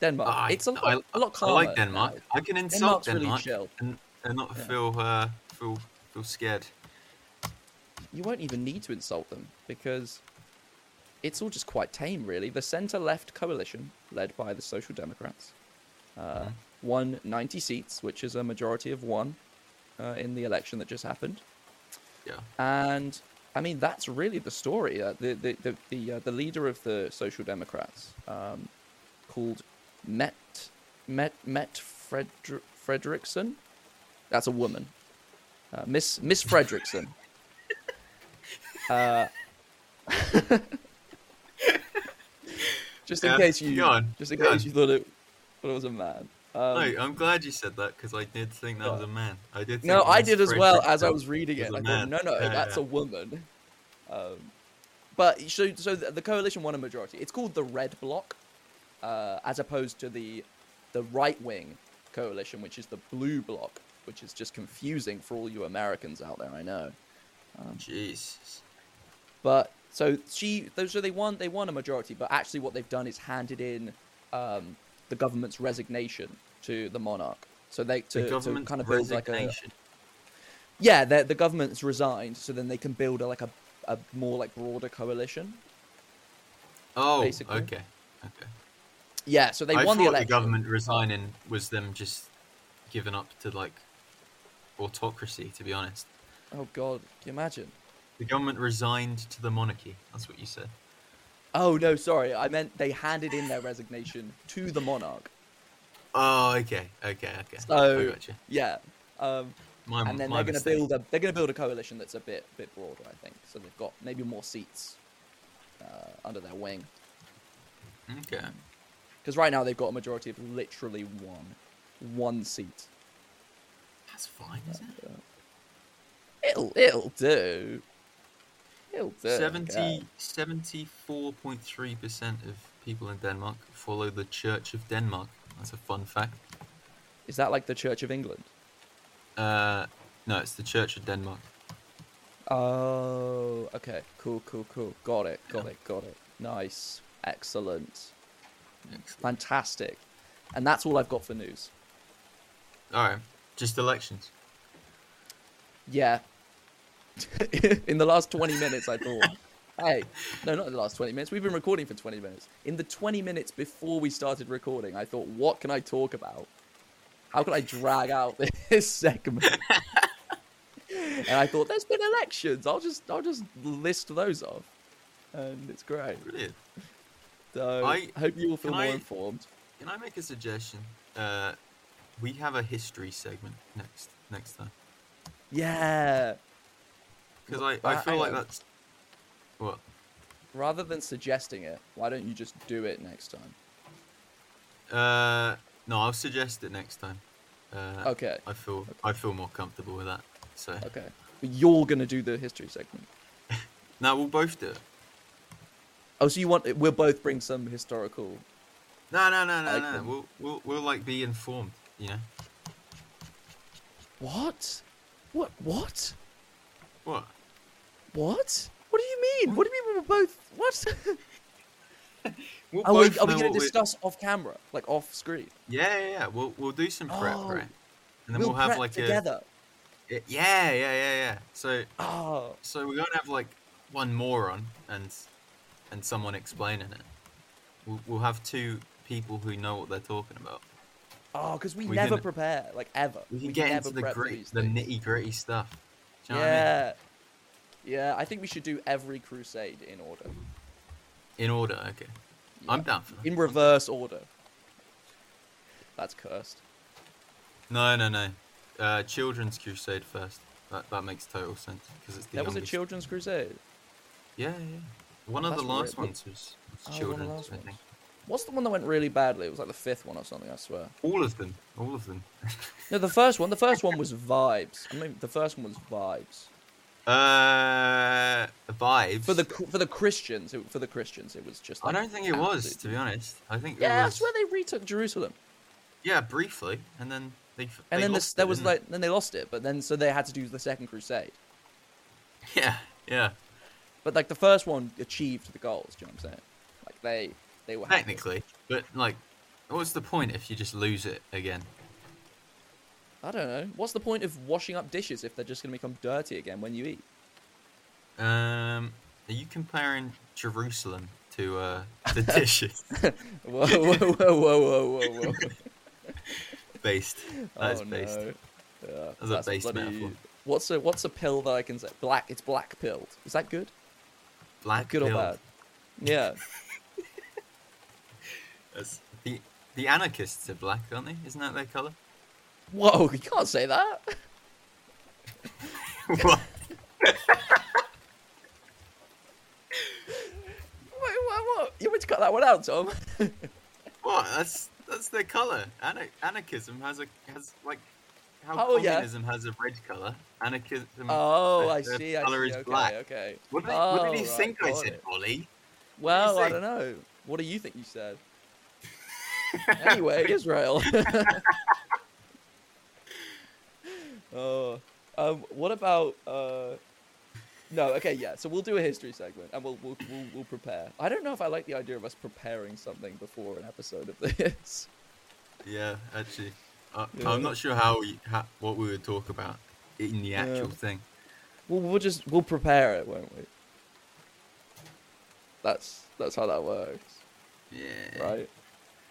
Speaker 1: Denmark.
Speaker 2: Ah, I-
Speaker 1: it's a lot,
Speaker 2: I,
Speaker 1: a lot
Speaker 2: I
Speaker 1: calmer.
Speaker 2: like Denmark.
Speaker 1: now.
Speaker 2: I can insult
Speaker 1: Denmark's really
Speaker 2: Denmark
Speaker 1: chill.
Speaker 2: and, and not
Speaker 1: Yeah.
Speaker 2: feel uh, feel feel scared.
Speaker 1: You won't even need to insult them because it's all just quite tame, really. The centre left coalition, led by the Social Democrats, uh, won 90 seats, which is a majority of one uh, in the election that just happened.
Speaker 2: Yeah.
Speaker 1: And I mean, that's really the story. Uh, the the the the, uh, the leader of the Social Democrats, um, called Met Met Met Fredri- Fredrickson, that's a woman, uh, Miss Miss
Speaker 2: [LAUGHS]
Speaker 1: Fredrickson. uh, [LAUGHS] just in
Speaker 2: Yeah,
Speaker 1: case you,
Speaker 2: go on,
Speaker 1: just in
Speaker 2: go
Speaker 1: case
Speaker 2: on.
Speaker 1: you thought it, thought it was a man. Um,
Speaker 2: no, I'm glad you said that because I did think that was a man. I did. Think
Speaker 1: no, I
Speaker 2: Miss
Speaker 1: did as well
Speaker 2: Frederickson
Speaker 1: as I was reading it.
Speaker 2: was a
Speaker 1: I thought,
Speaker 2: man.
Speaker 1: no, no,
Speaker 2: Yeah,
Speaker 1: that's
Speaker 2: yeah.
Speaker 1: a woman. Um, but so, so the the coalition won a majority. It's called the Red Bloc, uh, as opposed to the the right wing coalition, which is the Blue Bloc, which is just confusing for all you Americans out there. I know.
Speaker 2: Jesus.
Speaker 1: But so she, those so they won, they won a majority. But actually, what they've done is handed in um, the government's resignation to the monarch. So they
Speaker 2: The
Speaker 1: to, to
Speaker 2: government
Speaker 1: kind of build like a
Speaker 2: resignation.
Speaker 1: yeah, the the government's resigned, so then they can build a, like a, a more like broader coalition.
Speaker 2: oh,
Speaker 1: basically.
Speaker 2: okay, okay.
Speaker 1: Yeah, so they
Speaker 2: I
Speaker 1: won
Speaker 2: thought
Speaker 1: the election.
Speaker 2: the government resigning was them just giving up to like autocracy. To be honest,
Speaker 1: Oh god, can you imagine?
Speaker 2: the government resigned to the monarchy. That's what you said.
Speaker 1: Oh no, sorry, I meant they handed in their resignation to the monarch.
Speaker 2: Oh, okay, okay, okay. I
Speaker 1: So
Speaker 2: got you.
Speaker 1: yeah, um,
Speaker 2: My,
Speaker 1: and then
Speaker 2: my
Speaker 1: they're going to
Speaker 2: mistake.
Speaker 1: build a they're going to build a coalition that's a bit bit broader, I think. So they've got maybe more seats uh, under their wing
Speaker 2: Okay.
Speaker 1: because right now they've got a majority of literally one one seat.
Speaker 2: That's fine, isn't it?
Speaker 1: It'll it'll do. It'll do. I
Speaker 2: 70,
Speaker 1: guess.
Speaker 2: 74.3% of people in Denmark follow the Church of Denmark. That's a fun fact.
Speaker 1: Is that like the Church of England?
Speaker 2: Uh, no, it's the Church of Denmark.
Speaker 1: Oh, okay. Cool, cool, cool. Got it, got it, got it. Nice. Excellent.
Speaker 2: Excellent.
Speaker 1: Fantastic. And that's all I've got for news.
Speaker 2: All right, just elections.
Speaker 1: [LAUGHS] Yeah. In the last 20 minutes, I thought hey, no, not the last 20 minutes. We've been recording for 20 minutes. In the 20 minutes before we started recording, I thought, what can I talk about? How can I drag out [LAUGHS] this segment? and I thought, there's been elections. I'll just, I'll just list those off, and it's great.
Speaker 2: Brilliant.
Speaker 1: So I
Speaker 2: I-
Speaker 1: hope you all feel
Speaker 2: can
Speaker 1: more
Speaker 2: I-
Speaker 1: informed.
Speaker 2: Can I make a suggestion? Uh, we have a history segment next next time
Speaker 1: Yeah.
Speaker 2: because I, I
Speaker 1: Uh,
Speaker 2: feel
Speaker 1: hang
Speaker 2: like
Speaker 1: on.
Speaker 2: that's what
Speaker 1: Rather than suggesting it, why don't you just do it next time?
Speaker 2: Uh, no, I'll suggest it next time. Uh,
Speaker 1: Okay.
Speaker 2: I feel I feel more comfortable with that. So
Speaker 1: Okay. But you're gonna do the history segment.
Speaker 2: no, we'll both do it.
Speaker 1: Oh, so you want? We'll both bring some historical.
Speaker 2: No, no, no, no,
Speaker 1: like
Speaker 2: no.
Speaker 1: them.
Speaker 2: We'll, we'll we'll like be informed. You know
Speaker 1: What? What? What?
Speaker 2: what?
Speaker 1: What? What do you mean? What do you mean we're both? What?
Speaker 2: We'll
Speaker 1: [LAUGHS] are we,
Speaker 2: both
Speaker 1: are we
Speaker 2: know
Speaker 1: gonna
Speaker 2: what we-
Speaker 1: discuss off camera, like off screen?
Speaker 2: Yeah, yeah, yeah. We'll we'll do some prep,
Speaker 1: Oh.
Speaker 2: right? And then
Speaker 1: we'll
Speaker 2: we'll, have
Speaker 1: prep
Speaker 2: like
Speaker 1: together.
Speaker 2: a yeah, yeah, yeah, yeah. So
Speaker 1: Oh,
Speaker 2: so we're gonna have like one moron and and someone explaining it. We'll, we'll have two people who know what they're talking about.
Speaker 1: oh, because we,
Speaker 2: We
Speaker 1: never
Speaker 2: can-
Speaker 1: prepare, like ever.
Speaker 2: We can
Speaker 1: We
Speaker 2: get
Speaker 1: never
Speaker 2: into the
Speaker 1: prep for
Speaker 2: grit,
Speaker 1: these
Speaker 2: the
Speaker 1: things.
Speaker 2: nitty gritty stuff. Do you know what I mean?
Speaker 1: Yeah. Yeah, I think we should do every crusade in order.
Speaker 2: In order, okay. I'm down for that.
Speaker 1: In reverse order. That's cursed.
Speaker 2: No, no, no. Uh, Children's Crusade first. That, that makes total sense because it's the
Speaker 1: That was a
Speaker 2: youngest.
Speaker 1: children's crusade.
Speaker 2: Yeah, yeah. One of
Speaker 1: That's
Speaker 2: the last
Speaker 1: weird.
Speaker 2: ones was, was
Speaker 1: Oh, one of the
Speaker 2: children's.
Speaker 1: last
Speaker 2: I
Speaker 1: ones.
Speaker 2: think.
Speaker 1: What's the one that went really badly? It was like the fifth one or something, I swear.
Speaker 2: All of them. All of them.
Speaker 1: No, the first one. The first one was vibes. I mean, the first one was vibes
Speaker 2: uh, vibes.
Speaker 1: for the for the Christians. It, for the Christians, it was just.
Speaker 2: I
Speaker 1: Like
Speaker 2: don't think it was,
Speaker 1: absolute-
Speaker 2: to be honest. I think
Speaker 1: Yeah,
Speaker 2: it
Speaker 1: I
Speaker 2: was.
Speaker 1: swear they retook Jerusalem,
Speaker 2: Yeah, briefly, and then they. f-
Speaker 1: and
Speaker 2: they
Speaker 1: then this,
Speaker 2: lost
Speaker 1: there
Speaker 2: it,
Speaker 1: was
Speaker 2: didn't they?
Speaker 1: like then they lost it, but then so they had to do the second crusade.
Speaker 2: [LAUGHS] Yeah, yeah.
Speaker 1: But like the first one achieved the goals. Do you know what I'm saying? Like they they were happy.
Speaker 2: Technically, but like, what's the point if you just lose it again?
Speaker 1: I don't know. What's the point of washing up dishes if they're just going to become dirty again when you eat?
Speaker 2: [LAUGHS] Um, are you comparing Jerusalem
Speaker 1: [LAUGHS]
Speaker 2: to uh the dishes
Speaker 1: Whoa, whoa, whoa, whoa, whoa, whoa, whoa. [LAUGHS]
Speaker 2: based? That is
Speaker 1: oh,
Speaker 2: based.
Speaker 1: No. Yeah,
Speaker 2: a based mouthful.
Speaker 1: What's a what's a pill that I can say? Black. It's black pilled. Is that good?
Speaker 2: Black
Speaker 1: Good
Speaker 2: pill.
Speaker 1: or bad? Yeah. [LAUGHS]
Speaker 2: That's- the the anarchists are black, aren't they? Isn't that their color?
Speaker 1: Whoa, you can't say that.
Speaker 2: [LAUGHS]
Speaker 1: [LAUGHS] Wait,
Speaker 2: what?
Speaker 1: what, what? You meant to cut that one out,
Speaker 2: [LAUGHS]
Speaker 1: Tom?
Speaker 2: What? That's that's their color. Anar- anarchism has a has like how
Speaker 1: Oh, yeah.
Speaker 2: communism has a red color. Anarchism.
Speaker 1: Oh,
Speaker 2: the-
Speaker 1: I
Speaker 2: the
Speaker 1: see. I see.
Speaker 2: color is
Speaker 1: okay,
Speaker 2: black.
Speaker 1: okay.
Speaker 2: What did, he-
Speaker 1: oh,
Speaker 2: what did he
Speaker 1: right,
Speaker 2: think I
Speaker 1: got
Speaker 2: said,
Speaker 1: it.
Speaker 2: Ollie?
Speaker 1: Well, I
Speaker 2: say?
Speaker 1: don't know. What do you think you
Speaker 2: [LAUGHS]
Speaker 1: said? anyway, Israel. [LAUGHS] oh, um, what about? Uh, no, okay, yeah. So we'll do a history segment, and we'll we'll, we'll we'll prepare. I don't know if I like the idea of us preparing something before an episode of [LAUGHS] this.
Speaker 2: Yeah, actually, I,
Speaker 1: Yeah.
Speaker 2: I'm not sure how, we, how what we would talk about in the actual thing.
Speaker 1: Well, we'll just we'll prepare it, won't we? That's that's how that works,
Speaker 2: Yeah.
Speaker 1: right?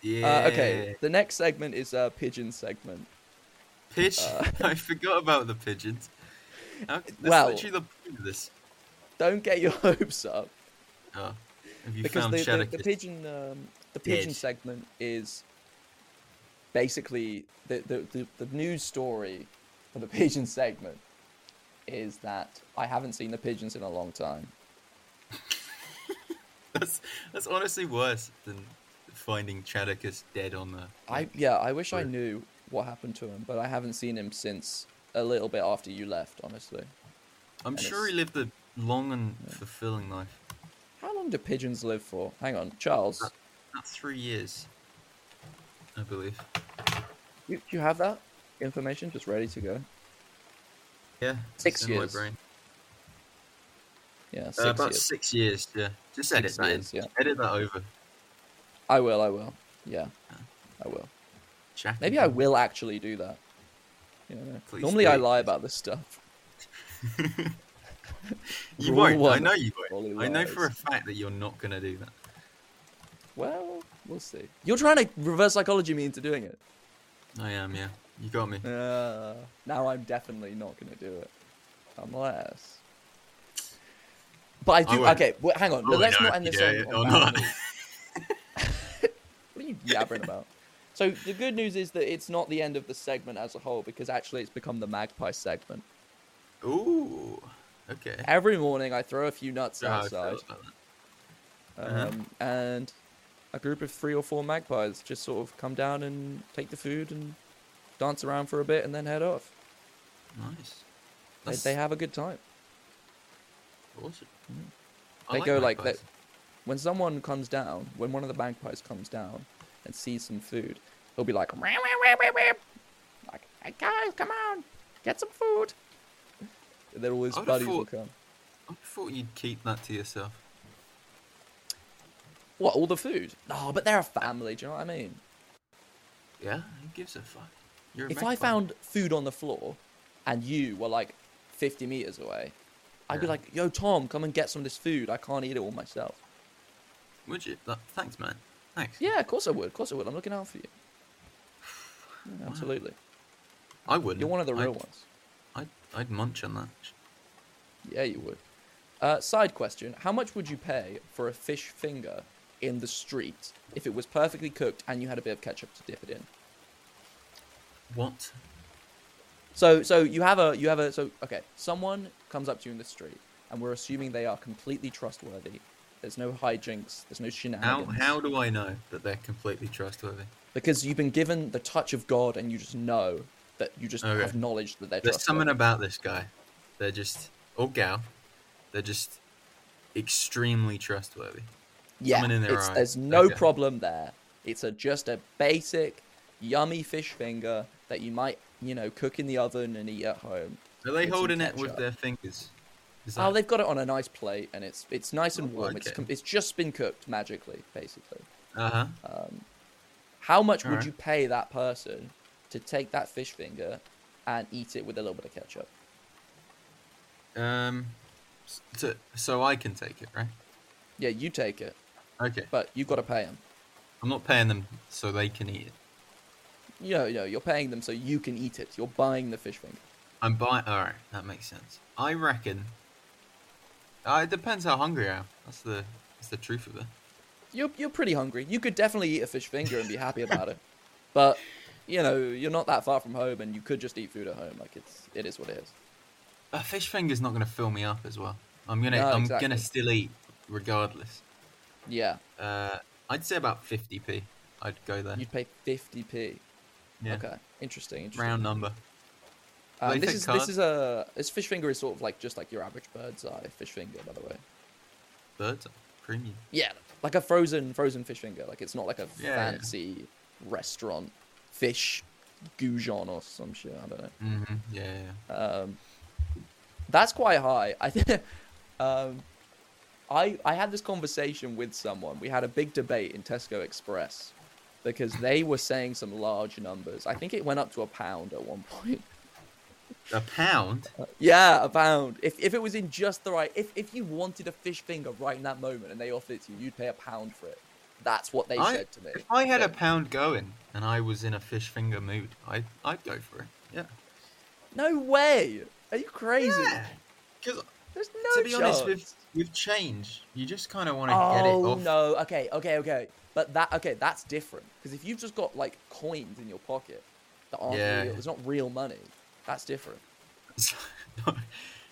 Speaker 2: Yeah.
Speaker 1: Uh, okay, the next segment is uh, pigeon segment.
Speaker 2: Pigeon.
Speaker 1: Uh,
Speaker 2: [LAUGHS] I forgot about the pigeons. How, that's
Speaker 1: Well-
Speaker 2: literally the point of this.
Speaker 1: Don't get your [LAUGHS] hopes up
Speaker 2: Oh, have you
Speaker 1: because
Speaker 2: found
Speaker 1: the,
Speaker 2: cheddar?
Speaker 1: the, the
Speaker 2: kids?
Speaker 1: pigeon um, the pigeon
Speaker 2: Dead.
Speaker 1: segment is basically the, the, the, the news story for the [LAUGHS] pigeon segment is that I haven't seen the pigeons in a long time.
Speaker 2: That's, that's honestly worse than finding Chaddicus dead on the.
Speaker 1: I yeah, I wish I
Speaker 2: Sure.
Speaker 1: knew what happened to him, but I haven't seen him since a little bit after you left. Honestly,
Speaker 2: I'm
Speaker 1: and
Speaker 2: sure he lived a long and fulfilling life.
Speaker 1: how long do pigeons live for? Hang on,
Speaker 2: Uh,
Speaker 1: Charles,
Speaker 2: About three years, I believe.
Speaker 1: you, you have that information just ready to go?
Speaker 2: Yeah.
Speaker 1: Six
Speaker 2: it's in my
Speaker 1: years.
Speaker 2: brain.
Speaker 1: Yeah,
Speaker 2: Uh,
Speaker 1: six
Speaker 2: about
Speaker 1: years.
Speaker 2: six years, yeah. Just edit
Speaker 1: Six
Speaker 2: that
Speaker 1: years,
Speaker 2: in.
Speaker 1: yeah.
Speaker 2: Edit that over.
Speaker 1: I will. I will. Yeah, I will.
Speaker 2: Jack.
Speaker 1: Maybe I will actually do that. You know,
Speaker 2: Please
Speaker 1: normally
Speaker 2: do.
Speaker 1: I lie about this stuff.
Speaker 2: You
Speaker 1: Rule
Speaker 2: won't. I
Speaker 1: one.
Speaker 2: know you
Speaker 1: Rolling
Speaker 2: won't. I know for a
Speaker 1: lies.
Speaker 2: fact that you're not gonna do that.
Speaker 1: Well, we'll see. You're trying to reverse psychology me into doing it.
Speaker 2: I am, yeah. You got me.
Speaker 1: Uh, now I'm definitely not going to do it. Unless. But I do.
Speaker 2: won't.
Speaker 1: okay, well, hang on.
Speaker 2: Oh,
Speaker 1: let's
Speaker 2: no,
Speaker 1: not end
Speaker 2: if
Speaker 1: this
Speaker 2: you
Speaker 1: on.
Speaker 2: do it
Speaker 1: on that
Speaker 2: or not.
Speaker 1: note. [LAUGHS] What are you yabbering about? So the good news is that it's not the end of the segment as a whole because actually it's become the magpie segment.
Speaker 2: Ooh. Okay.
Speaker 1: Every morning I throw a few nuts
Speaker 2: So how I feel
Speaker 1: outside,
Speaker 2: about that. Uh-huh.
Speaker 1: um, and a group of three or four magpies just sort of come down and take the food and dance around for a bit and then head off.
Speaker 2: Nice.
Speaker 1: They,
Speaker 2: That's
Speaker 1: they have a good time.
Speaker 2: awesome. I
Speaker 1: They go like
Speaker 2: magpies.
Speaker 1: that. When someone comes down, when one of the magpies comes down and sees some food, he'll be like, "Meow, meow, meow, meow, meow." like, hey guys, come on, get some food. [LAUGHS] And then all his
Speaker 2: I would've
Speaker 1: buddies will
Speaker 2: thought-
Speaker 1: come.
Speaker 2: I thought you'd keep that to yourself.
Speaker 1: What, all the food? No, but they're a family, do you know what I mean?
Speaker 2: Yeah, who gives a fuck? You're a
Speaker 1: if I
Speaker 2: magpie.
Speaker 1: found food on the floor and you were like 50 meters away, I'd be
Speaker 2: Yeah.
Speaker 1: like, yo, Tom, come and get some of this food. I can't eat it all myself.
Speaker 2: Would you? That- thanks, man. Thanks.
Speaker 1: Yeah, of course I would. Of course I would. I'm looking out for [SIGHS] you. Yeah, absolutely.
Speaker 2: I wouldn't.
Speaker 1: You're one of the real
Speaker 2: I'd,
Speaker 1: ones.
Speaker 2: I'd, I'd munch on that.
Speaker 1: Yeah, you would. Uh, side question How much would you pay for a fish finger in the street if it was perfectly cooked and you had a bit of ketchup to dip it in?
Speaker 2: What?
Speaker 1: So, so you have a, you have a, so okay. Someone comes up to you in the street, and we're assuming they are completely trustworthy. There's no hijinks. There's no
Speaker 2: How,
Speaker 1: shenanigans.
Speaker 2: how do I know that they're completely trustworthy?
Speaker 1: Because you've been given the touch of God, and you just know that you just
Speaker 2: Okay.
Speaker 1: have knowledge that they're
Speaker 2: There's something
Speaker 1: trustworthy.
Speaker 2: about this guy. They're just, or gal, they're just extremely trustworthy.
Speaker 1: yeah,
Speaker 2: something in their
Speaker 1: it's,
Speaker 2: eye.
Speaker 1: there's no
Speaker 2: Okay.
Speaker 1: problem there. It's a, just a basic, yummy fish finger that you might, you know, cook in the oven and eat at home.
Speaker 2: Are they
Speaker 1: with some
Speaker 2: holding it with
Speaker 1: ketchup.
Speaker 2: their fingers? Is
Speaker 1: Oh, they've got it on a nice plate, and it's it's nice and
Speaker 2: Oh,
Speaker 1: warm. It's
Speaker 2: okay.
Speaker 1: com- it's just been cooked magically, basically.
Speaker 2: Uh huh.
Speaker 1: Um, How much would
Speaker 2: Alright.
Speaker 1: you pay that person to take that fish finger and eat it with a little bit of ketchup?
Speaker 2: Um, s- so, so I can take it, right?
Speaker 1: Yeah, you take it,
Speaker 2: Okay.
Speaker 1: but you've got to pay them.
Speaker 2: I'm not paying them so they can eat it.
Speaker 1: You know, you know, you're paying them so you can eat it. You're buying the fish finger.
Speaker 2: I'm buying. All right, that makes sense. I reckon. Uh, it depends how hungry I am. That's the that's the truth of it.
Speaker 1: You're you're pretty hungry. You could definitely eat a fish finger and be happy about it, but you know, you're not that far from home, and you could just eat food at home. Like it's it is what it is.
Speaker 2: A fish finger's not gonna fill me up as well. I'm gonna
Speaker 1: No,
Speaker 2: I'm
Speaker 1: exactly.
Speaker 2: gonna still eat regardless.
Speaker 1: Yeah,
Speaker 2: Uh, I'd say about 50p. I'd go there.
Speaker 1: you'd pay 50p.
Speaker 2: Uh. yeah.
Speaker 1: Okay, interesting. interesting.
Speaker 2: Round number. What do
Speaker 1: Um,
Speaker 2: you
Speaker 1: this
Speaker 2: think,
Speaker 1: is this
Speaker 2: Colin?
Speaker 1: is a this fish finger is sort of like just like your average bird's eye fish finger, by the way.
Speaker 2: Birds. Premium.
Speaker 1: Yeah, like a frozen frozen fish finger. Like it's not like a
Speaker 2: Yeah, yeah.
Speaker 1: fancy restaurant fish goujon or some shit. I don't know.
Speaker 2: Mm-hmm. Yeah. yeah, yeah.
Speaker 1: That's quite high. [LAUGHS] I think. Um, I I had this conversation with someone. We had a big debate in Tesco Express because they were saying some large numbers. I think it went up to a pound at one point. [LAUGHS]
Speaker 2: A pound.
Speaker 1: Uh, Yeah, a pound. If if it was in just the right, if if you wanted a fish finger right in that moment and they offered it to you, you'd pay a pound for it. That's what they
Speaker 2: I,
Speaker 1: said to me.
Speaker 2: if I had a
Speaker 1: Yeah.
Speaker 2: pound going and I was in a fish finger mood, I I'd go for it. Yeah.
Speaker 1: no way. Are you crazy?
Speaker 2: Because
Speaker 1: There's no
Speaker 2: to be
Speaker 1: chance.
Speaker 2: honest, with with change, you just kind of want to get it
Speaker 1: Oh
Speaker 2: off.
Speaker 1: no. Okay. Okay. Okay. But that okay, that's different because if you've just got like coins in your pocket that aren't
Speaker 2: Yeah.
Speaker 1: real, it's not real money. That's different.
Speaker 2: [LAUGHS]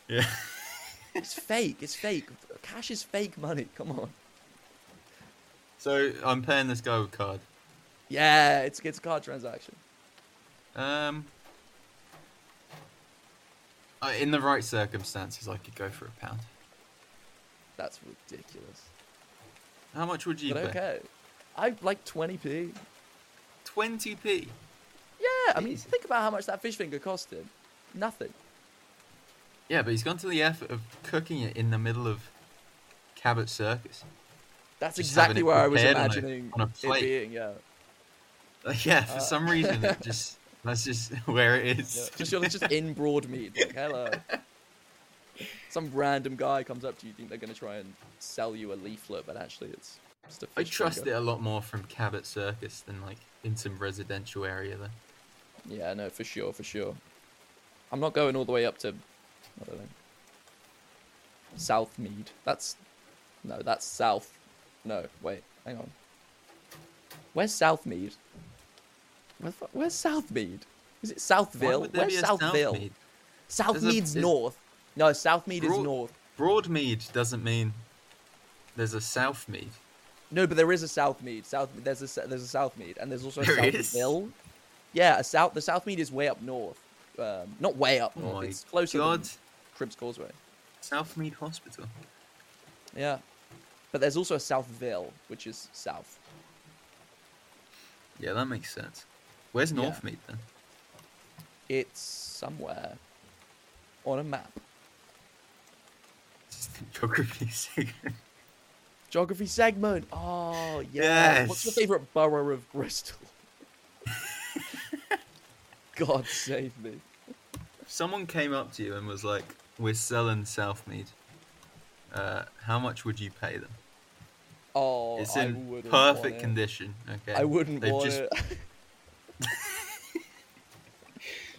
Speaker 2: yeah. [LAUGHS]
Speaker 1: It's fake. It's fake. Cash is fake money. Come on.
Speaker 2: So I'm paying this guy with card.
Speaker 1: Yeah, it's it's a card transaction.
Speaker 2: Um. uh, in the right circumstances, I could go for a pound.
Speaker 1: That's ridiculous.
Speaker 2: How much would you
Speaker 1: But
Speaker 2: pay?
Speaker 1: okay. I like 20p.
Speaker 2: Twenty p.
Speaker 1: Yeah, I mean,
Speaker 2: Easy.
Speaker 1: think about how much that fish finger costed. Nothing.
Speaker 2: Yeah, but he's gone to the effort of cooking it in the middle of Cabot Circus.
Speaker 1: That's
Speaker 2: Just having
Speaker 1: exactly
Speaker 2: it
Speaker 1: where I was
Speaker 2: prepared on a-
Speaker 1: imagining
Speaker 2: on a
Speaker 1: it
Speaker 2: plate.
Speaker 1: being. Yeah,
Speaker 2: Like, yeah, for
Speaker 1: Uh.
Speaker 2: some reason,
Speaker 1: [LAUGHS]
Speaker 2: it just [LAUGHS] that's just where it
Speaker 1: yeah.
Speaker 2: [LAUGHS] is.
Speaker 1: just you're just in broad meat. Like, hello. Some random guy comes up to you, you think they're going to try and sell you a leaflet, but actually it's just a
Speaker 2: I
Speaker 1: fish
Speaker 2: trust it
Speaker 1: finger.
Speaker 2: a lot more from Cabot Circus than like in some residential area. Then
Speaker 1: Yeah, no, for sure, for sure. I'm not going all the way up to, I don't know, Southmead. That's, no, that's South. No, wait, hang on. Where's Southmead? Where the fu- Where's Southmead? Is it
Speaker 2: Why
Speaker 1: Southville?
Speaker 2: would there
Speaker 1: Where's
Speaker 2: be a
Speaker 1: Southville?
Speaker 2: Southmead? There's a-
Speaker 1: Southmead's
Speaker 2: is-
Speaker 1: north. No, Southmead is
Speaker 2: Broad-
Speaker 1: north.
Speaker 2: Broadmead doesn't mean there's a Southmead.
Speaker 1: No, but there is a Southmead. South there's a s- there's a Southmead, and there's also a
Speaker 2: There is?
Speaker 1: Southville. Yeah, a South the Southmead is way up north. Um, not way up
Speaker 2: Oh
Speaker 1: north.
Speaker 2: my
Speaker 1: it's closer
Speaker 2: God,
Speaker 1: than Cribs Causeway.
Speaker 2: Southmead Hospital.
Speaker 1: Yeah, but there's also a Southville, which is south.
Speaker 2: Yeah, that makes sense. Where's
Speaker 1: Yeah.
Speaker 2: Northmead then?
Speaker 1: It's somewhere on a map.
Speaker 2: Just [LAUGHS] geography segment.
Speaker 1: Geography segment. Oh yeah. What's your
Speaker 2: Yes.
Speaker 1: favorite borough of Bristol? [LAUGHS] God save me.
Speaker 2: Someone came up to you and was like, "We're selling Southmead. Uh, how much would you pay them?"
Speaker 1: Oh,
Speaker 2: It's
Speaker 1: I
Speaker 2: in
Speaker 1: wouldn't want
Speaker 2: perfect
Speaker 1: it.
Speaker 2: condition. Okay.
Speaker 1: I wouldn't
Speaker 2: They've
Speaker 1: want
Speaker 2: just-
Speaker 1: it.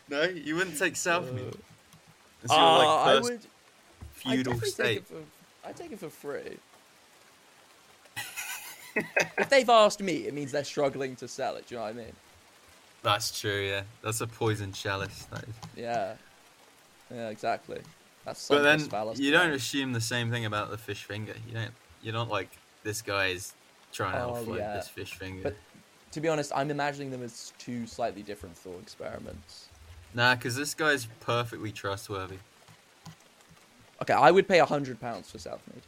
Speaker 2: No, you wouldn't take Southmead.
Speaker 1: Uh,
Speaker 2: It's your
Speaker 1: Ah,
Speaker 2: like first
Speaker 1: I would.
Speaker 2: feudal
Speaker 1: I'd definitely
Speaker 2: state.
Speaker 1: Take it for, I'd take it for free. if they've asked me, it means they're struggling to sell it. Do you know what I mean?
Speaker 2: That's true. Yeah, that's a poison chalice. That is.
Speaker 1: Yeah. Yeah, exactly. That's
Speaker 2: But
Speaker 1: something
Speaker 2: then you don't assume the same thing about the fish finger. You don't. You're not like this guy is trying to
Speaker 1: Oh,
Speaker 2: offload
Speaker 1: yeah.
Speaker 2: this fish finger.
Speaker 1: But- To be honest, I'm imagining them as two slightly different thought experiments.
Speaker 2: Nah, because this guy's perfectly trustworthy. [LAUGHS]
Speaker 1: Okay, I would pay a hundred pounds for Southmead.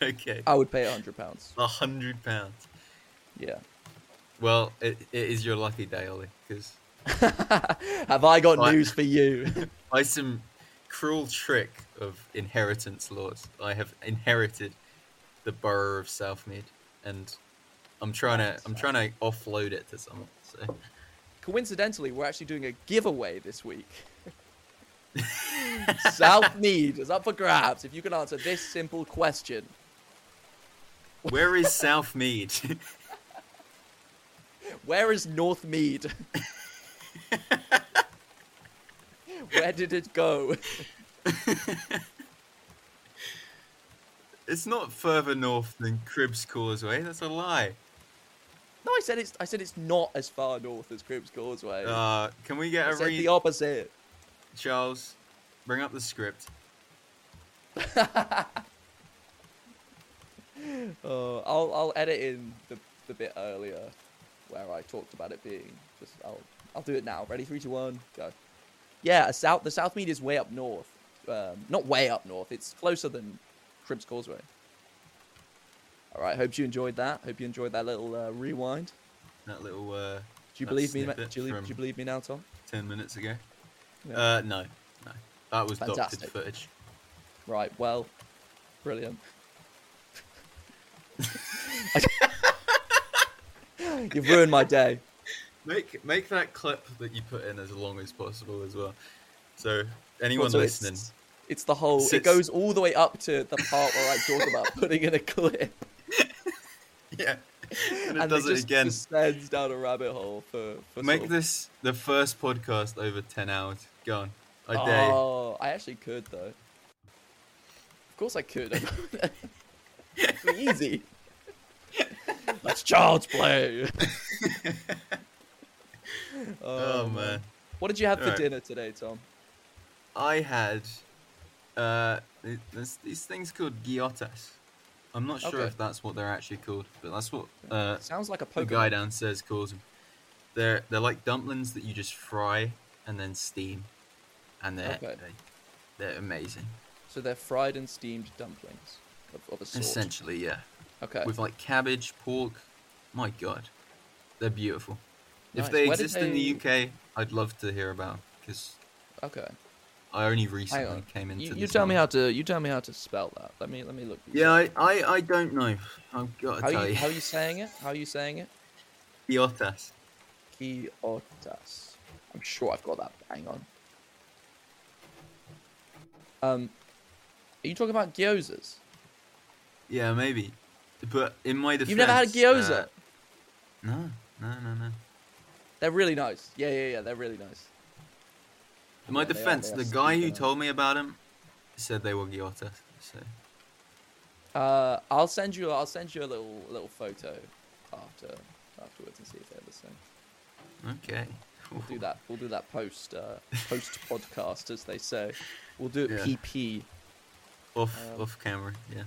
Speaker 2: Okay.
Speaker 1: I would pay a hundred pounds.
Speaker 2: A hundred pounds.
Speaker 1: Yeah. [LAUGHS]
Speaker 2: Well, it, it is your lucky day, Ollie, because
Speaker 1: Have I got
Speaker 2: Right.
Speaker 1: news for you?
Speaker 2: by some cruel trick of inheritance laws, I have inherited the borough of Southmead, and I'm trying to I'm trying to offload it to someone. So
Speaker 1: coincidentally, we're actually doing a giveaway this week. [LAUGHS] South Mead is up for grabs if you can answer this simple question.
Speaker 2: where is Southmead? [LAUGHS]
Speaker 1: Where is North Mead? [LAUGHS] Where did it go?
Speaker 2: it's not further north than Cribs Causeway. That's a lie.
Speaker 1: No, I said it's I said it's not as far north as Cribs Causeway.
Speaker 2: Uh, can we
Speaker 1: I
Speaker 2: get a
Speaker 1: said
Speaker 2: read,
Speaker 1: the opposite.
Speaker 2: Charles? Bring up the script.
Speaker 1: Uh, I'll I'll edit in the, the bit earlier where I talked about it being just I'll I'll do it now. Ready? Three, two, one, go. Yeah, a south the South Mead is way up north. Um, not way up north. It's closer than Cribs Causeway. All right. Hope you enjoyed that. Hope you enjoyed that little uh, rewind.
Speaker 2: That little uh,
Speaker 1: Do you
Speaker 2: That
Speaker 1: believe me? ma-
Speaker 2: snippet
Speaker 1: Do you,
Speaker 2: from-
Speaker 1: do you believe me now, Tom?
Speaker 2: ten minutes ago.
Speaker 1: Yeah.
Speaker 2: Uh, no, no, that was
Speaker 1: Fantastic.
Speaker 2: doctored footage.
Speaker 1: Right. Well,
Speaker 2: [LAUGHS]
Speaker 1: brilliant. [LAUGHS] You've ruined my day.
Speaker 2: Make make that clip that you put in as long as possible as well. So anyone
Speaker 1: Also, it's-
Speaker 2: listening, [LAUGHS]
Speaker 1: It's, the whole. It
Speaker 2: Sits-
Speaker 1: goes all the way up to the part where I talk about [LAUGHS] putting in a clip,
Speaker 2: yeah, and it
Speaker 1: and
Speaker 2: does
Speaker 1: it
Speaker 2: it,
Speaker 1: just
Speaker 2: again.
Speaker 1: descends down a rabbit hole for. for
Speaker 2: Make
Speaker 1: sort of-
Speaker 2: this the first podcast over ten hours. Go on, I dare. you.
Speaker 1: Oh, I actually could though. Of course, I could. [LAUGHS] It'd be easy. That's child's play.
Speaker 2: [LAUGHS] Oh, man,
Speaker 1: What did you have for
Speaker 2: Alright.
Speaker 1: dinner today, Tom?
Speaker 2: I had uh, th- there's these things called guillotas. I'm not sure
Speaker 1: Okay.
Speaker 2: if that's what they're actually called, but that's what uh,
Speaker 1: Sounds like a
Speaker 2: the
Speaker 1: Pokemon.
Speaker 2: guy downstairs calls them. They're they're like dumplings that you just fry and then steam, and they're
Speaker 1: Okay.
Speaker 2: they, are amazing.
Speaker 1: So they're fried and steamed dumplings of, of a sort.
Speaker 2: Essentially, yeah,
Speaker 1: Okay.
Speaker 2: with like cabbage, pork. My God, they're beautiful.
Speaker 1: Nice.
Speaker 2: If they
Speaker 1: Where did
Speaker 2: exist in the UK, I'd love to hear about because
Speaker 1: Okay.
Speaker 2: I only
Speaker 1: Hang
Speaker 2: recently
Speaker 1: on.
Speaker 2: came into.
Speaker 1: You, you
Speaker 2: this
Speaker 1: tell me
Speaker 2: knowledge.
Speaker 1: how to. You tell me how to spell that. Let me. Let me look. these
Speaker 2: Yeah,
Speaker 1: up.
Speaker 2: I, I, I don't know. I've got to
Speaker 1: How
Speaker 2: tell
Speaker 1: you,
Speaker 2: you. [LAUGHS]
Speaker 1: how you saying it? How you saying it?
Speaker 2: Guillotas.
Speaker 1: Quiotas. I'm sure I've got that. Hang on. Um, are you talking about gyozas?
Speaker 2: Yeah, maybe. But in my defense,
Speaker 1: You've never had gyoza.
Speaker 2: uh, no, no, no, no.
Speaker 1: They're really nice. Yeah, yeah, yeah. They're really nice.
Speaker 2: In my
Speaker 1: Yeah, they are-
Speaker 2: defense,
Speaker 1: they are
Speaker 2: the guy who
Speaker 1: super nice.
Speaker 2: told me about him said they were gyotas. So
Speaker 1: Uh, I'll send you. I'll send you a little little photo after afterwards and see if they're the same.
Speaker 2: okay.
Speaker 1: We'll do that. We'll do that post uh, post podcast, as they say. We'll do it
Speaker 2: Yeah.
Speaker 1: PP.
Speaker 2: [LAUGHS] off
Speaker 1: Um,
Speaker 2: off camera. Yeah.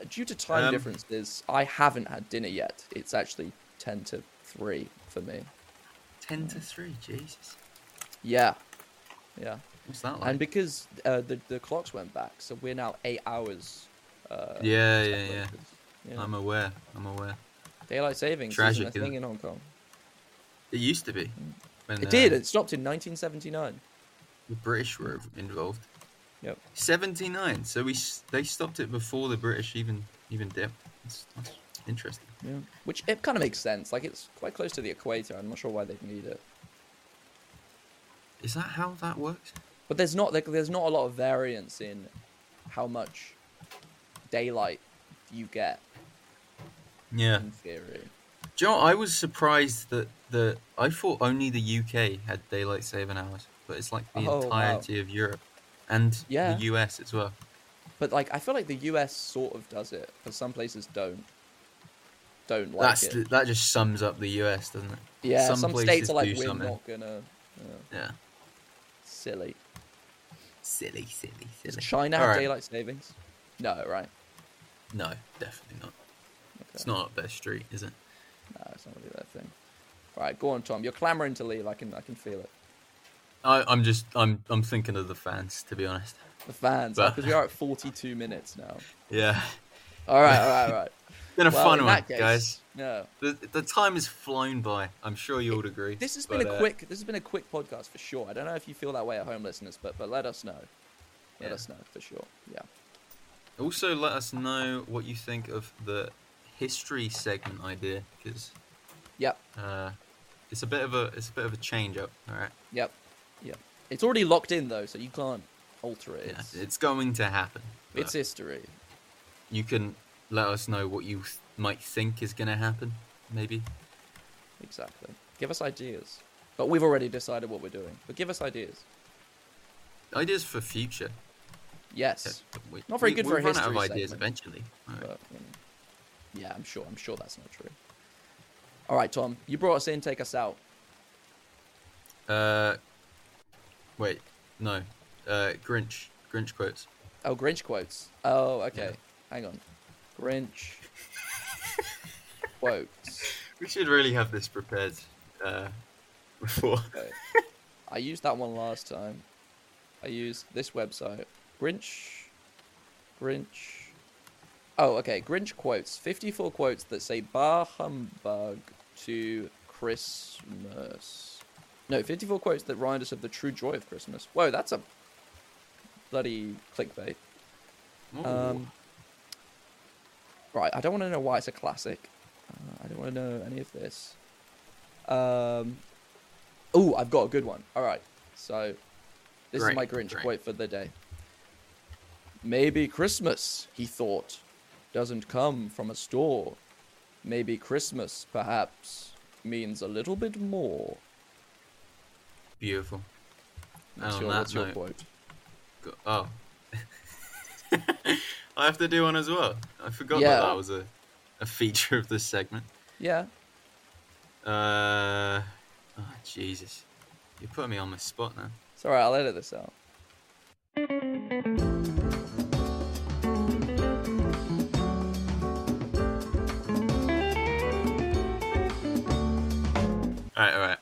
Speaker 1: Uh, Due to time
Speaker 2: Um,
Speaker 1: differences, I haven't had dinner yet. It's actually ten to three for me.
Speaker 2: Ten to three. Jesus.
Speaker 1: Yeah, yeah.
Speaker 2: What's that like?
Speaker 1: And because uh, the the clocks went back, so we're now eight hours. Uh,
Speaker 2: yeah, yeah, yeah,
Speaker 1: separated. Yeah.
Speaker 2: I'm aware. I'm aware.
Speaker 1: Daylight savings
Speaker 2: Tragic,
Speaker 1: isn't a
Speaker 2: isn't
Speaker 1: thing
Speaker 2: it?
Speaker 1: in Hong Kong.
Speaker 2: It used to be. When,
Speaker 1: It
Speaker 2: uh,
Speaker 1: did. It stopped in 1979.
Speaker 2: The British were involved.
Speaker 1: Yep.
Speaker 2: Seventy nine. So we s- they stopped it before the British even even dipped. That's, that's interesting.
Speaker 1: Yeah. Which it kind of makes sense. Like it's quite close to the equator. I'm not sure why they'd need it.
Speaker 2: Is that how that works?
Speaker 1: But there's not like, there's not a lot of variance in how much daylight you get
Speaker 2: Yeah.
Speaker 1: in theory.
Speaker 2: Do you know what? I was surprised that the I thought only the UK had daylight saving hours, but it's like the
Speaker 1: Oh, wow.
Speaker 2: entirety of Europe and
Speaker 1: Yeah.
Speaker 2: the US as well.
Speaker 1: But like I feel like the US sort of does it, but some places don't. Don't like
Speaker 2: That's
Speaker 1: it.
Speaker 2: that just sums up the US, doesn't it?
Speaker 1: yeah, some, states
Speaker 2: places
Speaker 1: are like
Speaker 2: do
Speaker 1: we're
Speaker 2: something.
Speaker 1: not gonna. Uh,
Speaker 2: Yeah.
Speaker 1: silly.
Speaker 2: Silly, silly,
Speaker 1: Does
Speaker 2: silly.
Speaker 1: China have
Speaker 2: Alright.
Speaker 1: daylight savings? No, right?
Speaker 2: No, definitely not.
Speaker 1: Okay.
Speaker 2: It's not up their street, is it?
Speaker 1: No, it's not really their thing. Right, go on, Tom. You're clamoring to leave. I can, I can feel it.
Speaker 2: I, I'm just I'm I'm thinking of the fans, to be honest.
Speaker 1: The fans,
Speaker 2: But-
Speaker 1: because we are at 42 minutes now.
Speaker 2: Yeah.
Speaker 1: All right, all right, all
Speaker 2: [LAUGHS]
Speaker 1: right.
Speaker 2: Been a
Speaker 1: Well,
Speaker 2: fun
Speaker 1: in
Speaker 2: one,
Speaker 1: that case,
Speaker 2: guys.
Speaker 1: No,
Speaker 2: The, the time has flown by. I'm sure you would agree.
Speaker 1: this has been
Speaker 2: but,
Speaker 1: a
Speaker 2: uh,
Speaker 1: quick. This has been a quick podcast for sure. I don't know if you feel that way at home, listeners, but but let us know. Let
Speaker 2: Yeah.
Speaker 1: us know for sure. Yeah.
Speaker 2: Also, let us know what you think of the history segment idea because
Speaker 1: Yep.
Speaker 2: uh, it's a bit of a it's a bit of a change up. All right,
Speaker 1: Yep. Yep. It's already locked in though, so you can't alter it.
Speaker 2: yeah,
Speaker 1: It's
Speaker 2: it's uh, going to happen. but
Speaker 1: it's history.
Speaker 2: you can let us know what you th- might think is going to happen. Maybe
Speaker 1: Exactly. Give us ideas. But we've already decided what we're doing. But give us ideas.
Speaker 2: ideas for future.
Speaker 1: Yes.
Speaker 2: Yeah, we-
Speaker 1: Not very
Speaker 2: we-
Speaker 1: good
Speaker 2: we'll
Speaker 1: for a
Speaker 2: run out of
Speaker 1: history
Speaker 2: ideas
Speaker 1: segment.
Speaker 2: eventually. all right.
Speaker 1: But you know. yeah, I'm sure. I'm sure that's not true. All right, Tom. You brought us in. Take us out.
Speaker 2: Uh, wait, no, uh, Grinch, Grinch quotes.
Speaker 1: Oh, Grinch quotes. Oh, okay. Hang on. Grinch quotes.
Speaker 2: We should really have this prepared uh, [LAUGHS] before.
Speaker 1: Okay. I used that one last time. I used this website. Grinch. Grinch. Oh, okay. Grinch quotes. 54 quotes that say bar humbug to Christmas. No, 54 quotes that remind us of the true joy of Christmas. Whoa, that's a bloody clickbait.
Speaker 2: Ooh.
Speaker 1: Um, right, I don't want to know why it's a classic. Uh, I don't want to know any of this. Um, oh, I've got a good one. All right, so this is
Speaker 2: Great,
Speaker 1: my Grinch
Speaker 2: great.
Speaker 1: quote for the day. Maybe Christmas, he thought, doesn't come from a store. Maybe Christmas, perhaps, means a little bit more.
Speaker 2: Beautiful.
Speaker 1: What's
Speaker 2: Oh, on
Speaker 1: your,
Speaker 2: that
Speaker 1: what's your
Speaker 2: note-
Speaker 1: quote?
Speaker 2: Go- Oh. [LAUGHS] I have to do one as well. I forgot
Speaker 1: Yeah.
Speaker 2: that that was a, a feature of this segment.
Speaker 1: Yeah,
Speaker 2: Uh, oh, Jesus. You're putting me on the spot now.
Speaker 1: it's all right. I'll edit this out.
Speaker 2: All right, all right.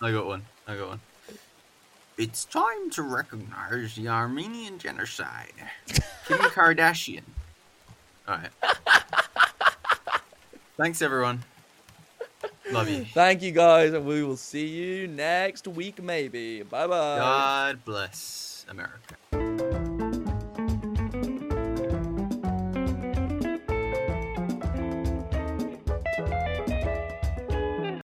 Speaker 2: I got one. I got one. It's time to recognize the Armenian genocide. [LAUGHS] Kim Kardashian. All right. Thanks, everyone. Love you.
Speaker 1: Thank you guys, and we will see you next week, maybe. Bye bye.
Speaker 2: God bless America.